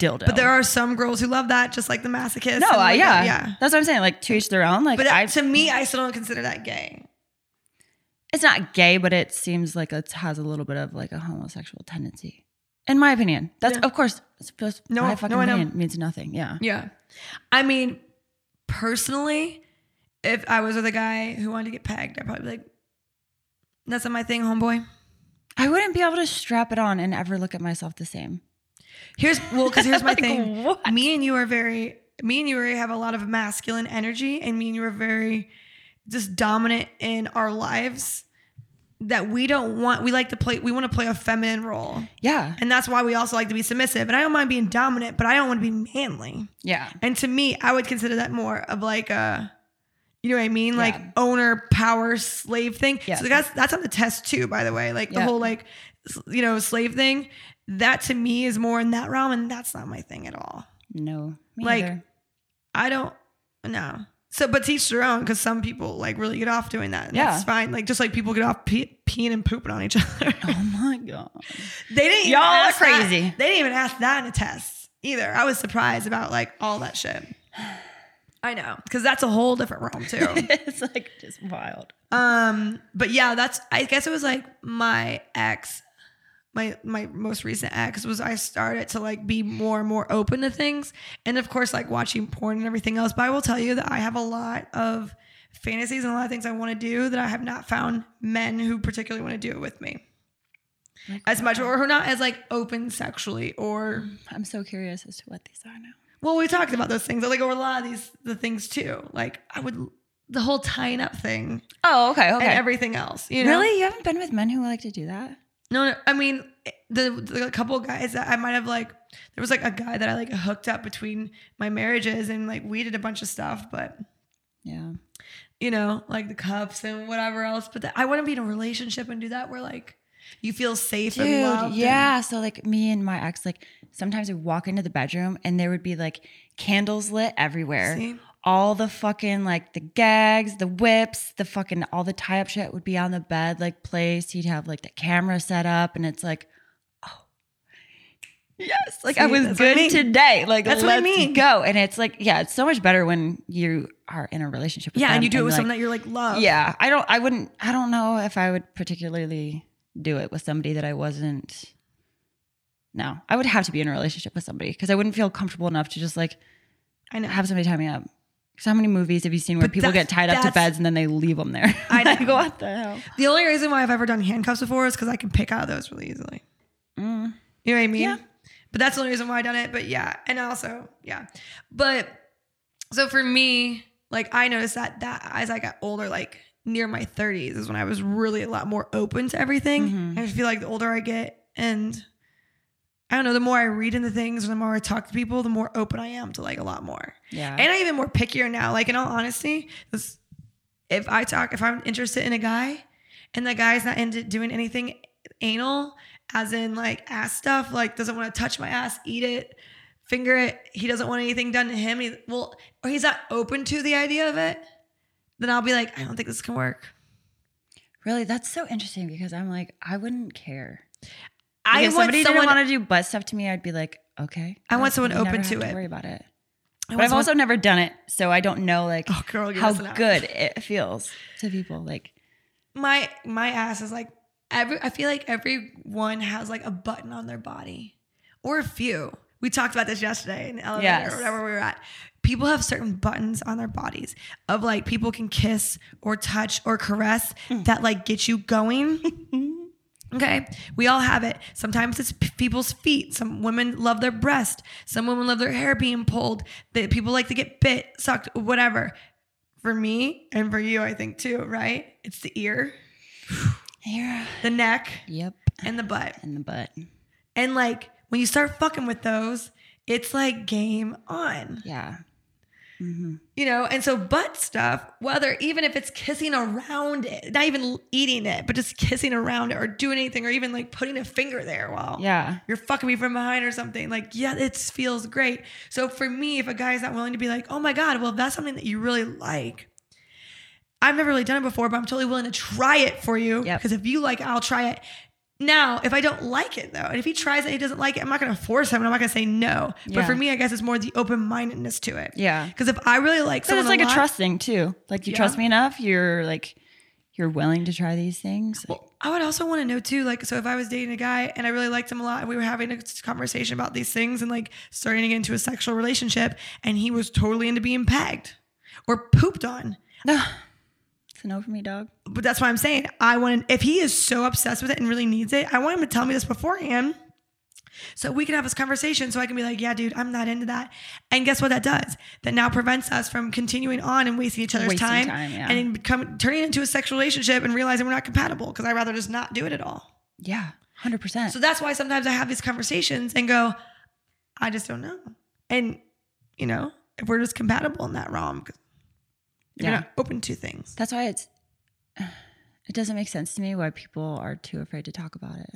Speaker 3: dildo.
Speaker 2: But there are some girls who love that, just like the masochist.
Speaker 3: no,
Speaker 2: and
Speaker 3: uh,
Speaker 2: like
Speaker 3: yeah,
Speaker 2: that, yeah.
Speaker 3: That's what I'm saying. Like to each their own. Like
Speaker 2: But uh, that-
Speaker 3: I,
Speaker 2: to me, I still don't consider that gay.
Speaker 3: it's not gay, but it seems like it has a little bit of like a homosexual tendency, in my opinion. That's of course, it's just
Speaker 2: No,
Speaker 3: my
Speaker 2: no,
Speaker 3: fucking
Speaker 2: I know.
Speaker 3: opinion It means nothing. Yeah,
Speaker 2: Yeah, I mean, personally, if I was with a guy who wanted to get pegged, I'd probably be like, "That's not my thing, homeboy."
Speaker 3: I wouldn't be able to strap it on and ever look at myself the same.
Speaker 2: Here's well, because here's my thing.
Speaker 3: what?
Speaker 2: Me and you are very. Me and you already have a lot of masculine energy, and me and you are very just dominant in our lives. That we don't want. We like to play. We want to play a feminine role.
Speaker 3: Yeah,
Speaker 2: And that's why we also like to be submissive. And I don't mind being dominant, but I don't want to be manly.
Speaker 3: yeah.
Speaker 2: And to me, I would consider that more of like a, you know what I mean? Like owner, power, slave thing.
Speaker 3: Yeah.
Speaker 2: So that's, that's on the test too, by the way. Like the
Speaker 3: Yeah.
Speaker 2: whole like, s- you know, slave thing. That to me is more in that realm. And that's not my thing at all.
Speaker 3: No, me
Speaker 2: Like-
Speaker 3: neither.
Speaker 2: I don't, no. So, but teach their own because some people like really get off doing that. And
Speaker 3: Yeah.
Speaker 2: That's fine. Like just like people get off pe- peeing and pooping on each other.
Speaker 3: Oh my god.
Speaker 2: They didn't. even
Speaker 3: Y'all are
Speaker 2: ask that-
Speaker 3: crazy.
Speaker 2: They didn't even ask that in a test either. I was surprised about like all that shit. I know, because that's a whole different realm too.
Speaker 3: it's like just wild.
Speaker 2: um, but yeah, that's. I guess it was like my ex, my my most recent ex was I started to like be more and more open to things, and of course like watching porn and everything else. But I will tell you that I have a lot of fantasies and a lot of things I want to do that I have not found men who particularly want to do it with me. As much or who are not as like open sexually or
Speaker 3: I'm so curious as to what these are now.
Speaker 2: well, we talked about those things. Like over a lot of these the things too. Like I would the whole tying up thing
Speaker 3: Oh, okay, okay.
Speaker 2: and everything else. You know?
Speaker 3: Really, you haven't been with men who like to do that?
Speaker 2: No, no. I mean, eh, the, the couple of guys that I might have like, there was like a guy that I like hooked up between my marriages and like we did a bunch of stuff, but
Speaker 3: Yeah.
Speaker 2: you know, like the cups and whatever else. But that I want to be in a relationship and do that where like you feel safe
Speaker 3: Dude,
Speaker 2: and loved. and-
Speaker 3: yeah. So like me and my ex, like sometimes we walk into the bedroom and there would be like candles lit everywhere.
Speaker 2: See?
Speaker 3: All the fucking like the gags, the whips, the fucking all the tie up shit would be on the bed like placed. He'd have like the camera set up, and it's like, oh, yes, like I
Speaker 2: See,
Speaker 3: was
Speaker 2: that's what I
Speaker 3: good
Speaker 2: mean.
Speaker 3: today. Like
Speaker 2: That's what I
Speaker 3: let's
Speaker 2: mean.
Speaker 3: go. And it's like, yeah, it's so much better when you are in a relationship. With
Speaker 2: Yeah.
Speaker 3: them
Speaker 2: And you do it with
Speaker 3: like,
Speaker 2: someone that you're like love.
Speaker 3: yeah, I don't. I wouldn't. I don't know if I would particularly do it with somebody that I wasn't. No, I would have to be in a relationship with somebody because I wouldn't feel comfortable enough to just like
Speaker 2: I know.
Speaker 3: have somebody tie me up. Because how many movies have you seen where
Speaker 2: But
Speaker 3: people get
Speaker 2: that's-
Speaker 3: tied up to
Speaker 2: that's-
Speaker 3: beds and then they leave them there?
Speaker 2: I
Speaker 3: like,
Speaker 2: know.
Speaker 3: what the hell?
Speaker 2: The only reason why I've ever done handcuffs before is because I can pick out those really easily. You know what I mean?
Speaker 3: Yeah.
Speaker 2: But that's the only reason why I done it. But yeah, and also yeah, but so for me, like I noticed that that as I got older, like near my 30s is when I was really a lot more open to everything. I feel like the older I get and I don't know, the more I read into things or the more I talk to people, the more open I am to like a lot more.
Speaker 3: Yeah.
Speaker 2: And I'm even more pickier now. Like in all honesty, this, if I talk, if I'm interested in a guy and the guy's not into doing anything anal, as in like ass stuff, like doesn't want to touch my ass, eat it, finger it, he doesn't want anything done to him. He, well, or he's not open to the idea of it, then I'll be like, I don't think this can work.
Speaker 3: Really, that's so interesting because I'm like, I wouldn't care.
Speaker 2: I
Speaker 3: Like, if
Speaker 2: want
Speaker 3: somebody
Speaker 2: someone.
Speaker 3: didn't want to do butt stuff to me, I'd be like, okay.
Speaker 2: I want
Speaker 3: That's-
Speaker 2: someone
Speaker 3: you never
Speaker 2: open
Speaker 3: have
Speaker 2: to it.
Speaker 3: Worry about
Speaker 2: I
Speaker 3: it. But
Speaker 2: want
Speaker 3: I've
Speaker 2: someone-
Speaker 3: also never done it, so I don't know like
Speaker 2: Oh, girl, you're
Speaker 3: how
Speaker 2: missing out.
Speaker 3: good it feels to people. Like,
Speaker 2: my my ass is like every I feel like everyone has like a button on their body or a few. We talked about this yesterday in the elevator
Speaker 3: Yes.
Speaker 2: or whatever we were at. People have certain buttons on their bodies of like people can kiss or touch or caress that like get you going. Okay, we all have it. Sometimes it's p- people's feet. Some women love their breast. Some women love their hair being pulled. That people like to get bit, sucked, whatever. For me and for you, I think too. Right? It's the ear
Speaker 3: yeah,
Speaker 2: the neck,
Speaker 3: yep,
Speaker 2: and the butt.
Speaker 3: in the butt.
Speaker 2: And like when you start fucking with those, it's like game on,
Speaker 3: Yeah,
Speaker 2: you know? And so, butt stuff, whether even if it's kissing around it, not even eating it, but just kissing around it or doing anything or even like putting a finger there while
Speaker 3: yeah,
Speaker 2: you're fucking me from behind or something, like, yeah, it feels great. So, for me, if a guy's not willing to be like, oh my God, well, if that's something that you really like, I've never really done it before, but I'm totally willing to try it for you.
Speaker 3: Yep.
Speaker 2: Because if you like it, I'll try it. Now, if I don't like it though, and if he tries it, he doesn't like it, I'm not gonna force him and I'm not gonna say no. But
Speaker 3: Yeah.
Speaker 2: for me, I guess it's more the open mindedness to it.
Speaker 3: yeah.
Speaker 2: Because if I really like
Speaker 3: So
Speaker 2: someone,
Speaker 3: it's like a
Speaker 2: lot-
Speaker 3: trust thing too. Like you trust
Speaker 2: Yeah.
Speaker 3: me enough, you're like, you're willing to try these things.
Speaker 2: Well, I would also want to know too, like, so if I was dating a guy and I really liked him a lot and we were having a conversation about these things and like starting to get into a sexual relationship and he was totally into being pegged or pooped on.
Speaker 3: No, it's a no for me, dog.
Speaker 2: But that's why I'm saying I want to, if he is so obsessed with it and really needs it, I want him to tell me this beforehand so we can have this conversation so I can be like, yeah, dude, I'm not into that. And guess what that does? That now prevents us from continuing on and wasting each other's
Speaker 3: Wasting
Speaker 2: time,
Speaker 3: time, yeah.
Speaker 2: and then become, turning it into a sexual relationship and realizing we're not compatible because I'd rather just not do it at all.
Speaker 3: Yeah, hundred percent.
Speaker 2: So that's why sometimes I have these conversations and go, I just don't know. And, you know, if we're just compatible in that realm, if you're
Speaker 3: Yeah.
Speaker 2: not open to things.
Speaker 3: That's why it's it doesn't make sense to me why people are too afraid to talk about it.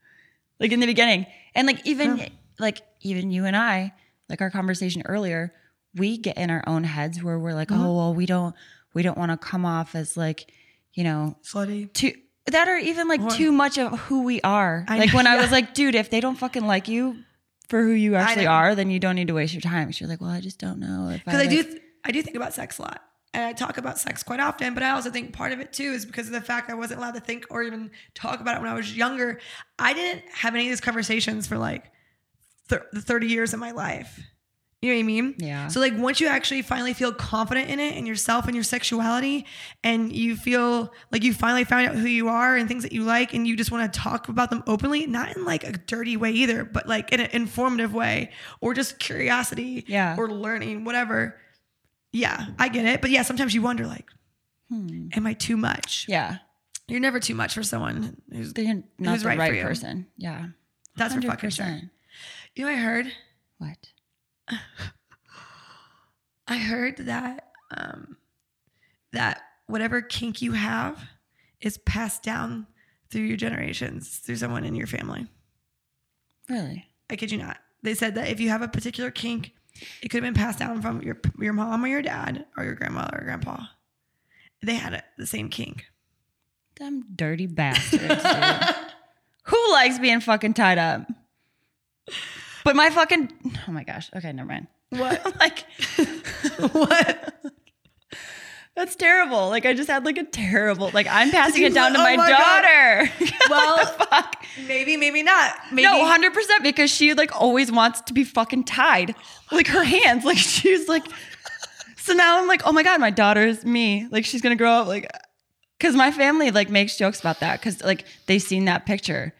Speaker 3: like in the beginning. And like even like even you and I, like our conversation earlier, we get in our own heads where we're
Speaker 2: Mm-hmm.
Speaker 3: like, "Oh, well, we don't we don't want to come off as like, you know,
Speaker 2: Slutty.
Speaker 3: too that are even like too much of who we are.
Speaker 2: I
Speaker 3: like
Speaker 2: know,
Speaker 3: when I was
Speaker 2: yeah.
Speaker 3: like, dude, if they don't fucking like you for who you actually
Speaker 2: know.
Speaker 3: are, then you don't need to waste your time. She's like, well, I just don't know if
Speaker 2: Because I
Speaker 3: like-
Speaker 2: do, th- I do think about sex a lot. And I talk about sex quite often, but I also think part of it too is because of the fact I wasn't allowed to think or even talk about it when I was younger. I didn't have any of these conversations for like th- the 30 years of my life. You know what I mean?
Speaker 3: Yeah.
Speaker 2: So like once you actually finally feel confident in it and yourself and your sexuality and you feel like you finally found out who you are and things that you like and you just want to talk about them openly, not in like a dirty way either, but like in an informative way or just curiosity
Speaker 3: Yeah.
Speaker 2: or learning, whatever. Yeah, I get it. But yeah, sometimes you wonder like, am I too much?
Speaker 3: hmm, yeah.
Speaker 2: You're never too much for someone who's
Speaker 3: They're not
Speaker 2: Who's
Speaker 3: the
Speaker 2: right
Speaker 3: right,
Speaker 2: for you?
Speaker 3: person. Yeah.
Speaker 2: that's for fucking sure.
Speaker 3: 100%.
Speaker 2: You know, I heard
Speaker 3: What?
Speaker 2: I heard that um, that whatever kink you have is passed down through your generations through someone in your family.
Speaker 3: Really?
Speaker 2: I kid you not. They said that if you have a particular kink, it could have been passed down from your your mom or your dad or your grandma or grandpa. They had it, the same kink.
Speaker 3: Them dirty bastards, dude. Who likes being fucking tied up? But my fucking oh my gosh. Okay, never mind.
Speaker 2: What?
Speaker 3: I'm like what? That's terrible. Like I just had like a terrible like I'm passing
Speaker 2: you
Speaker 3: it down to
Speaker 2: lo-
Speaker 3: my,
Speaker 2: oh my God.
Speaker 3: daughter.
Speaker 2: Well,
Speaker 3: Fuck.
Speaker 2: maybe, maybe not. Maybe
Speaker 3: No, hundred percent because she like always wants to be fucking tied, like her hands. Like she's like. so now I'm like, oh my god, my daughter's me. Like she's gonna grow up like, because my family like makes jokes about that because like they seen that picture,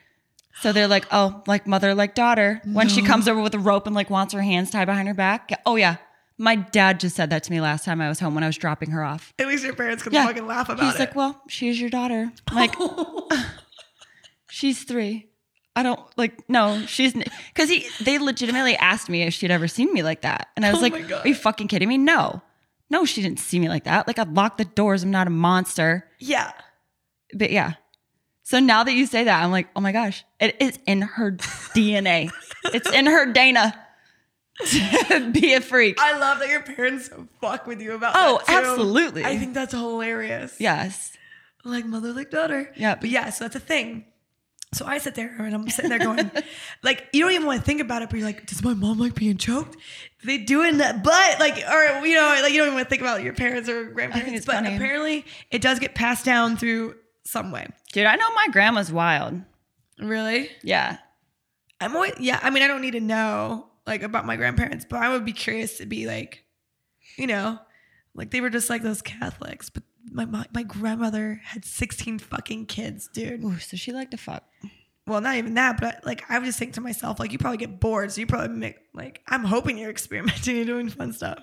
Speaker 3: so they're like, oh, like mother like daughter. When she comes over with a rope and like wants her hands tied behind her back. Yeah, Oh yeah, my dad just said that to me last time I was home when I was dropping her off.
Speaker 2: at least your parents can
Speaker 3: Yeah.
Speaker 2: fucking laugh about
Speaker 3: He's
Speaker 2: it.
Speaker 3: like, well, she's your daughter. I'm like, she's three. I don't like no. She's because he they legitimately asked me if she'd ever seen me like that, and I was
Speaker 2: Oh
Speaker 3: like,
Speaker 2: my God.
Speaker 3: "Are you fucking kidding me? No, no, she didn't see me like that. Like I locked the doors. I'm not a monster."
Speaker 2: Yeah.
Speaker 3: But yeah, so now that you say that, I'm like, "Oh my gosh, it is in her DNA. It's in her Dana to be a freak."
Speaker 2: I love that your parents fuck with you about
Speaker 3: Oh,
Speaker 2: that. too.
Speaker 3: absolutely.
Speaker 2: I think that's hilarious.
Speaker 3: yes,
Speaker 2: Like mother, like daughter.
Speaker 3: Yep.
Speaker 2: But yeah, so that's a thing. So I sit there and I'm sitting there going, like, you don't even want to think about it, but you're like, does my mom like being choked? Do they doing that? But like, or you know, like you don't even want to think about your parents or grandparents.
Speaker 3: it's
Speaker 2: But
Speaker 3: funny.
Speaker 2: apparently it does get passed down through some way.
Speaker 3: dude. I know my grandma's wild.
Speaker 2: Really?
Speaker 3: Yeah,
Speaker 2: I'm always yeah. I mean, I don't need to know like about my grandparents, but I would be curious to be like, you know, like they were just like those Catholics. But my my, my grandmother had 16 fucking kids, dude.
Speaker 3: Ooh, so she liked to fuck.
Speaker 2: Well, not even that, but like I would just think to myself, like you probably get bored, so you probably make like I'm hoping you're experimenting and doing fun stuff.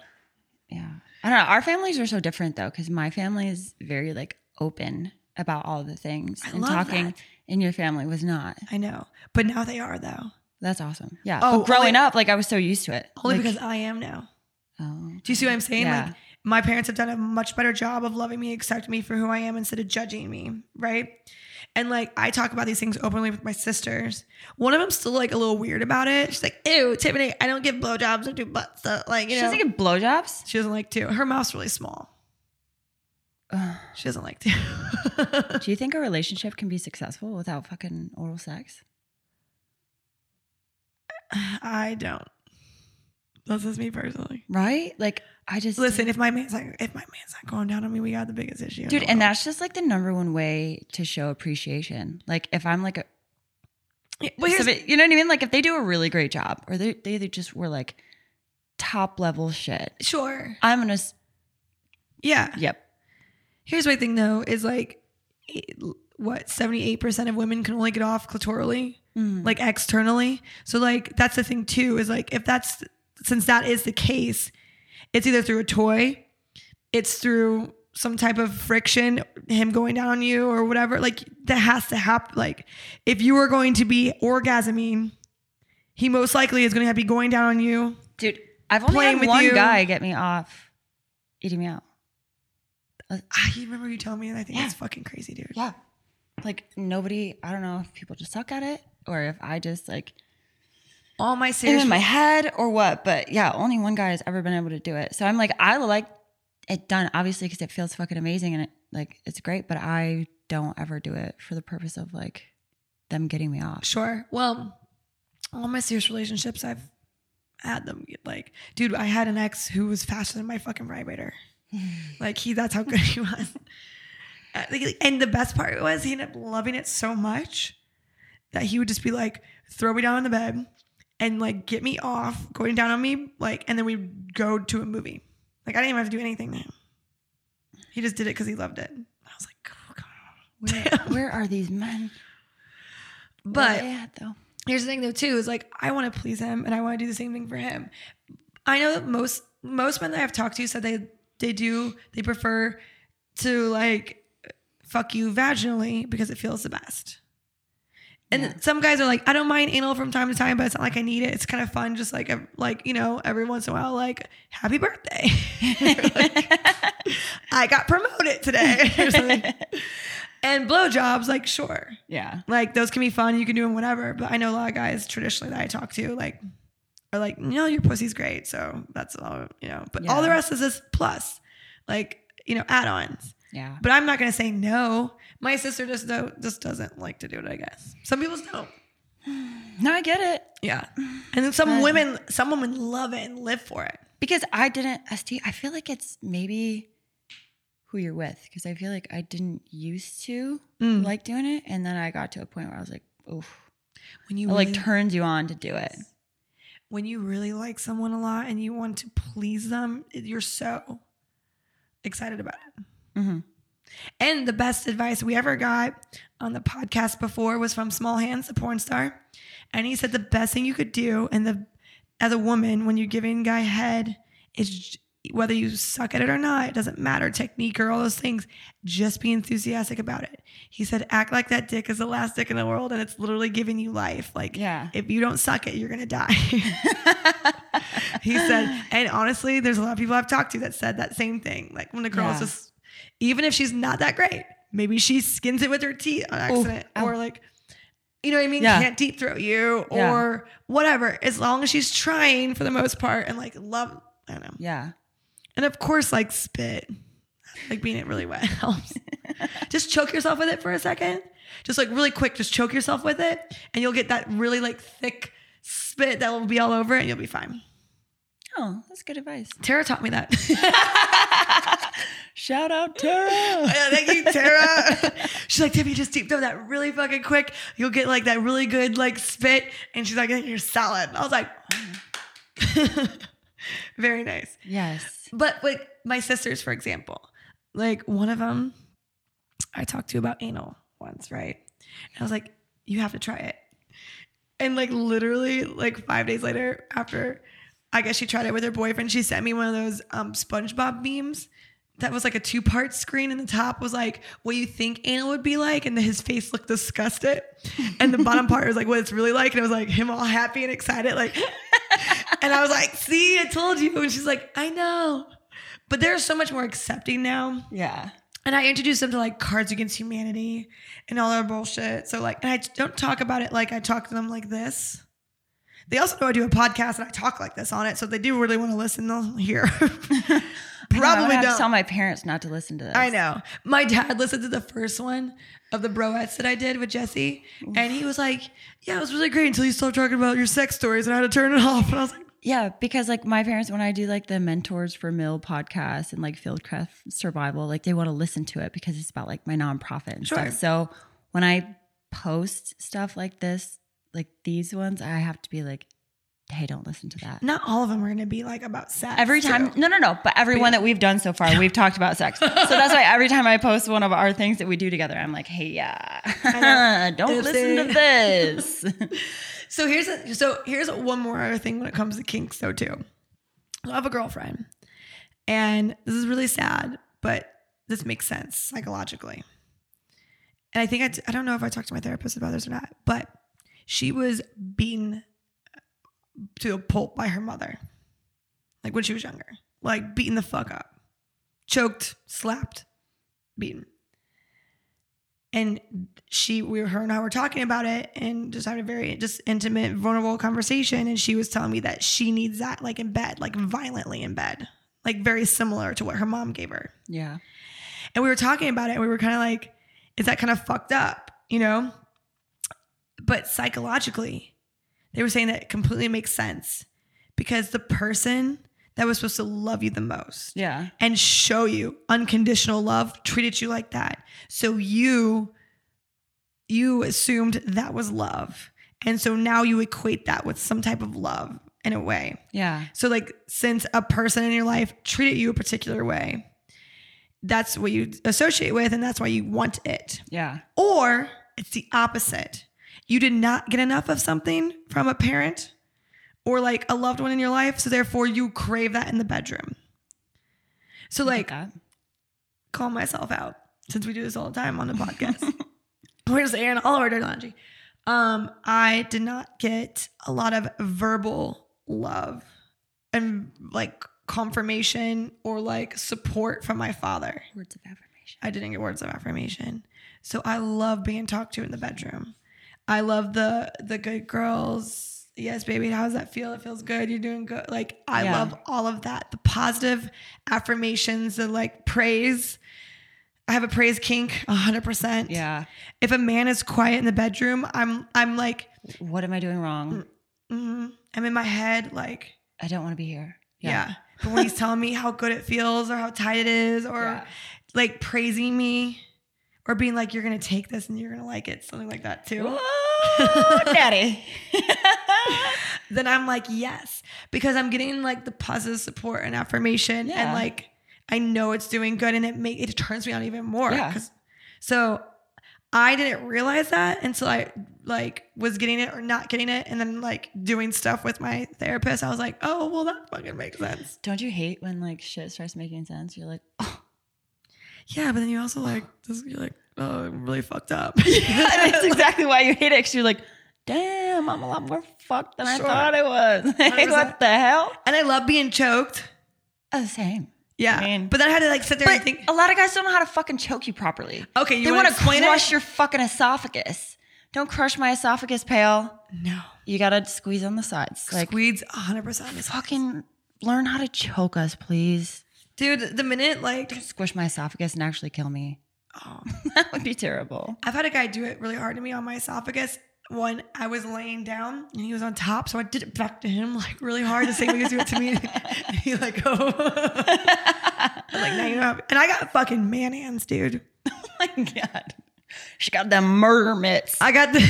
Speaker 3: Yeah. I don't know. Our families are so different though, because my family is very like open about all the things
Speaker 2: I
Speaker 3: and
Speaker 2: love
Speaker 3: talking.
Speaker 2: that.
Speaker 3: And your family was not.
Speaker 2: I know, but now they are though,
Speaker 3: That's awesome. Yeah.
Speaker 2: Oh,
Speaker 3: but growing
Speaker 2: only-
Speaker 3: up, like I was so used to it.
Speaker 2: only
Speaker 3: Like,
Speaker 2: because I am now.
Speaker 3: oh,
Speaker 2: Do you see what I'm saying?
Speaker 3: Yeah.
Speaker 2: Like my parents have done a much better job of loving me, accepting me for who I am instead of judging me, right? And like I talk about these things openly with my sisters. One of them's still like a little weird about it. She's like, "Ew, Tiffany, I don't give blowjobs. I do butt stuff." Like you
Speaker 3: she
Speaker 2: know,
Speaker 3: doesn't get blowjobs.
Speaker 2: she doesn't like to. Her mouth's really small. She doesn't like to.
Speaker 3: Do you think a relationship can be successful without fucking oral sex?
Speaker 2: I don't. That's just me personally.
Speaker 3: Right? Like I just
Speaker 2: Listen, if my man's like, if my man's not going down on me, we got the biggest issue,
Speaker 3: dude, and that's just like the number one way to show appreciation. Like if I'm like a
Speaker 2: that. Well, here's
Speaker 3: So, but you know what I mean? Like if they do a really great job, or they they, they just were like top level shit.
Speaker 2: sure,
Speaker 3: I'm gonna. s-
Speaker 2: yeah.
Speaker 3: Yep.
Speaker 2: Here's my thing though is like it- what 78% of women can only get off clitorally,
Speaker 3: Hmm.
Speaker 2: like externally. So like that's the thing too is like if that's since that is the case, it's either through a toy, it's through some type of friction, him going down on you or whatever. Like that has to happen. Like if you are going to be orgasming, he most likely is going to be going down on you.
Speaker 3: dude. I've only
Speaker 2: playing
Speaker 3: had
Speaker 2: with
Speaker 3: one
Speaker 2: you.
Speaker 3: guy get me off, eating me out.
Speaker 2: Ah, you remember you telling me, and I think that's fucking crazy, dude.
Speaker 3: Yeah, like nobody. I don't know if people just suck at it or if I just like
Speaker 2: All my
Speaker 3: am
Speaker 2: serious
Speaker 3: in my head or what. But yeah, only one guy has ever been able to do it. So I'm like, I like it done obviously because it feels fucking amazing and it like it's great. But I don't ever do it for the purpose of like them getting me off.
Speaker 2: Sure. Well, all my serious relationships, I've had them. Like, dude, I had an ex who was faster than my fucking vibrator. like, he, that's how good he was. Uh, like, And the best part was he ended up loving it so much that he would just be like, throw me down on the bed and like get me off, going down on me. Like, and then we'd go to a movie. Like, I didn't even have to do anything to him. He just did it because he loved it. I was like, oh, God. Damn.
Speaker 3: Where are these men?
Speaker 2: But-
Speaker 3: yeah, though.
Speaker 2: here's the thing though too is like i want to please him and i want to do the same thing for him i know that most most men that i've talked to said they they do they prefer to like fuck you vaginally because it feels the best and some guys are like i don't mind anal from time to time but it's not like i need it it's kind of fun just like ev- like you know every once in a while like happy birthday Like, i got promoted today or something. and blowjobs like sure
Speaker 3: Yeah.
Speaker 2: like those can be fun. You can do them whenever. But I know a lot of guys traditionally that I talk to like are like, no, your pussy's great. So that's all you know. But all the
Speaker 3: Yeah.
Speaker 2: rest is this plus, like you know, add-ons.
Speaker 3: Yeah.
Speaker 2: But I'm not gonna say no. My sister just do- just doesn't like to do it. I guess some people just don't.
Speaker 3: No, I get it.
Speaker 2: Yeah, and then some women, some women love it and live for it.
Speaker 3: because I didn't ST. I feel like it's maybe who you're with because I feel like I didn't used to like doing it, and then I got to a point where I was like, oof,
Speaker 2: When you
Speaker 3: it like
Speaker 2: really-
Speaker 3: turns you on to do it.
Speaker 2: when you really like someone a lot and you want to please them, you're so excited about it.
Speaker 3: Mhm.
Speaker 2: And the best advice we ever got on the podcast before was from Small Hands, the porn star, and he said the best thing you could do, and the as a woman when you're giving a guy head, is j- whether you suck at it or not, it doesn't matter, technique or all those things. Just be enthusiastic about it. He said, act like that dick is the last dick in the world and it's literally giving you life. Like,
Speaker 3: Yeah.
Speaker 2: if you don't suck it, you're gonna die. he said, and honestly, there's a lot of people I've talked to that said that same thing. Like when the girl's
Speaker 3: Yeah.
Speaker 2: just even if she's not that great, maybe she skins it with her teeth on accident.
Speaker 3: ow.
Speaker 2: or like you know what I mean?
Speaker 3: Yeah.
Speaker 2: Can't deep throat you
Speaker 3: Yeah.
Speaker 2: or whatever. As long as she's trying for the most part and like love, I don't know.
Speaker 3: Yeah.
Speaker 2: And of course, like spit, like being it really wet helps. just choke yourself with it for a second. Just like really quick, just choke yourself with it and you'll get that really like thick spit that will be all over it and you'll be fine.
Speaker 3: Oh, that's good advice.
Speaker 2: Tara taught me that.
Speaker 3: Shout out Tara.
Speaker 2: Yeah, Oh, thank you, Tara. she's like, Tiffany, just deep throw that really fucking quick. You'll get like that really good like spit. And she's like, "And you're solid. I was like, very nice.
Speaker 3: yes.
Speaker 2: But like my sisters, for example, like one of them, I talked to about anal once, right? And I was like, you have to try it. And like literally, like five days later, after I guess she tried it with her boyfriend, she sent me one of those um, SpongeBob memes that was like a two part screen, and the top was like, what you think anal would be like, and then his face looked disgusted. And the bottom part was like, what it's really like. And it was like him all happy and excited, like, and I was like, see, I told you. And she's like, I know. But they're so much more accepting now.
Speaker 3: Yeah.
Speaker 2: And I introduced them to like Cards Against Humanity and all that bullshit. So like, and I don't talk about it like I talk to them like this. They also know I do a podcast and I talk like this on it. So if they do really want to listen, they'll hear.
Speaker 3: I would
Speaker 2: Probably
Speaker 3: have to
Speaker 2: don't.
Speaker 3: tell my parents not to listen to this.
Speaker 2: I know. My dad listened to the first one of the broettes that I did with Jesse, and he was like, "Yeah, it was really great until you stopped talking about your sex stories, and I had to turn it off." And I was like,
Speaker 3: Yeah, because like my parents, when I do like the Mentors for Mill podcast and like Fieldcraft Survival, like they want to listen to it because it's about like my nonprofit and
Speaker 2: Sure.
Speaker 3: stuff. So when I post stuff like this, like these ones, I have to be like, hey, don't listen to that.
Speaker 2: "Not all of them are going to be like about sex."
Speaker 3: Every time, no, no, no. But every one that we've done so far, we've talked about sex. So that's why every time I post one of our things that we do together, I'm like, hey, yeah, don't listen to this.
Speaker 2: So here's a, so here's one more other thing when it comes to kinks though too. I have a girlfriend, and this is really sad, but this makes sense psychologically. And I think I, t- I don't know if I talked to my therapist about this or not, but she was beaten to a pulp by her mother, like when she was younger, like beaten the fuck up, choked, slapped, beaten. And she, we, her and I were talking about it, and just having a very just intimate, vulnerable conversation. And she was telling me that she needs that, like in bed, like violently in bed, like very similar to what her mom gave her.
Speaker 3: yeah.
Speaker 2: And we were talking about it, and we were kind of like, is that kind of fucked up, you know? But psychologically, they were saying that it completely makes sense because the person that was supposed to love you the most
Speaker 3: Yeah.
Speaker 2: and show you unconditional love treated you like that. So you you assumed that was love. And so now you equate that with some type of love in a way.
Speaker 3: Yeah.
Speaker 2: So like since a person in your life treated you a particular way, that's what you associate with and that's why you want it.
Speaker 3: Yeah.
Speaker 2: Or it's the opposite. You did not get enough of something from a parent or like a loved one in your life, so therefore you crave that in the bedroom. So like
Speaker 3: that.
Speaker 2: call myself out since we do this all the time on the podcast. We're just airing all of our dirty laundry. Um, I did not get a lot of verbal love and like confirmation or like support from my father.
Speaker 3: Words of affirmation.
Speaker 2: I didn't get words of affirmation. So I love being talked to in the bedroom. I love the the good girls. Yes, baby, how does that feel? It feels good. You're doing good. Like I
Speaker 3: Yeah.
Speaker 2: love all of that. The positive affirmations, the like praise. I have a praise kink, hundred percent.
Speaker 3: Yeah.
Speaker 2: If a man is quiet in the bedroom, I'm I'm like
Speaker 3: What am I doing wrong?
Speaker 2: mm, I'm in my head like
Speaker 3: I don't want to be here.
Speaker 2: yeah. But when he's telling me how good it feels or how tight it is or
Speaker 3: Yeah.
Speaker 2: like praising me or being like, you're going to take this and you're going to like it, something like that too.
Speaker 3: Oh, daddy.
Speaker 2: Then I'm like, yes, because I'm getting like the positive support and affirmation and
Speaker 3: Yeah.
Speaker 2: like I know it's doing good and it make it turns me on even more.
Speaker 3: Yeah.
Speaker 2: 'Cause- So I didn't realize that until I like was getting it or not getting it and then like doing stuff with my therapist. I was like, oh, well, that fucking makes sense.
Speaker 3: Don't you hate when like shit starts making sense? You're like, oh,
Speaker 2: Yeah, but then you also like, just, you're like, oh, I'm really fucked up.
Speaker 3: that's exactly why you hate it. Cause you're like, damn, I'm a lot more fucked than
Speaker 2: Sure.
Speaker 3: I thought I was. Like,
Speaker 2: 100%.
Speaker 3: what the hell?
Speaker 2: and I love being choked.
Speaker 3: Oh, same.
Speaker 2: Yeah.
Speaker 3: I mean-
Speaker 2: but then I had to like sit there
Speaker 3: But
Speaker 2: and think,
Speaker 3: a lot of guys don't know how to fucking choke you properly.
Speaker 2: Okay, you
Speaker 3: they
Speaker 2: wanna
Speaker 3: to
Speaker 2: explain it?
Speaker 3: crush your fucking esophagus. Don't crush my esophagus, pal.
Speaker 2: no,
Speaker 3: You gotta squeeze on the sides. Like,
Speaker 2: squeeds 100%. is-
Speaker 3: fucking learn how to choke us, please.
Speaker 2: Dude, the minute like,
Speaker 3: Squish my esophagus and actually kill me.
Speaker 2: oh.
Speaker 3: that would be terrible.
Speaker 2: I've had a guy do it really hard to me on my esophagus when I was laying down and he was on top. So I did it back to him like really hard the same way he was doing it to me. And he like, oh. I was like, now you know. How-. And I got fucking man hands, dude.
Speaker 3: Oh my god. She got the murder mitts.
Speaker 2: I got the.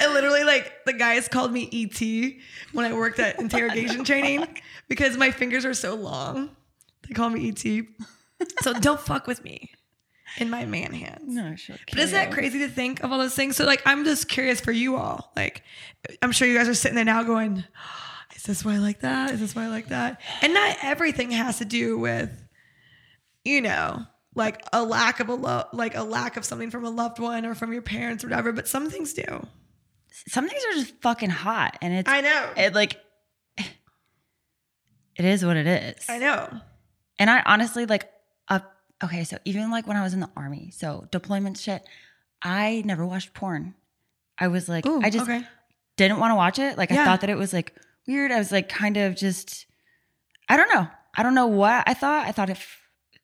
Speaker 2: I literally like the guys called me ET when I worked at interrogation training because my fingers are so long. They call me ET. So don't fuck with me in my man hands.
Speaker 3: no, she'll
Speaker 2: But isn't that crazy to think of all those things? So like I'm just curious for you all. Like I'm sure you guys are sitting there now going, Is this why I like that? Is this why I like that? And not everything has to do with, you know, like a lack of a love like a lack of something from a loved one or from your parents or whatever, but some things do.
Speaker 3: Some things are just fucking hot and it's
Speaker 2: I know.
Speaker 3: it like it is what it is.
Speaker 2: I know.
Speaker 3: And I honestly like up okay, so even like when I was in the army, so deployment shit, I never watched porn. I was like I just
Speaker 2: okay.
Speaker 3: didn't want to watch it. Like
Speaker 2: Yeah.
Speaker 3: I thought that it was like weird. I was like kind of just I don't know. I don't know what I thought. I thought if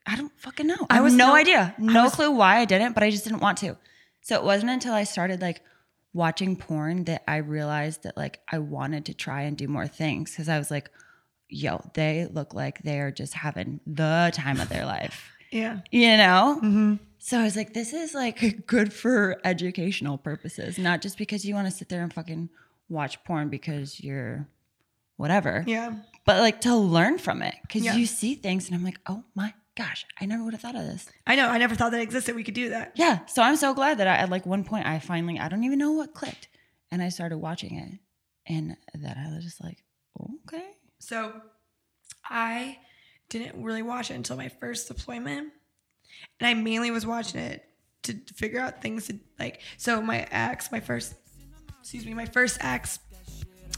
Speaker 3: I don't fucking know. I,
Speaker 2: was
Speaker 3: have no,
Speaker 2: no-
Speaker 3: idea. No clue why I didn't, but I just didn't want to. So it wasn't until I started like watching porn that I realized that like I wanted to try and do more things cuz I was like yo, they look like they're just having the time of their life.
Speaker 2: Yeah.
Speaker 3: You know?
Speaker 2: Mm-hmm.
Speaker 3: So I was like, this is like good for educational purposes, not just because you want to sit there and fucking watch porn because you're whatever,
Speaker 2: Yeah.
Speaker 3: but like to learn from it because
Speaker 2: Yeah.
Speaker 3: you see things and I'm like, oh my gosh, I never would have thought of this.
Speaker 2: I know. I never thought that existed. We could do that.
Speaker 3: Yeah. So I'm so glad that I, at like one point, I finally, I don't even know what clicked and I started watching it. And then I was just like, okay.
Speaker 2: So I didn't really watch it until my first deployment. And I mainly was watching it to figure out things to like. So my ex, my first, excuse me, my first ex,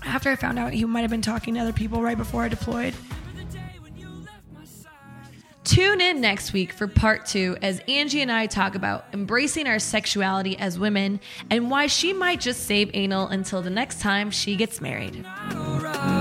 Speaker 2: after I found out he might have been talking to other people right before I deployed,
Speaker 4: Tune in next week for part two as Angie and I talk about embracing our sexuality as women and why she might just save anal until the next time she gets married.
Speaker 1: Alright.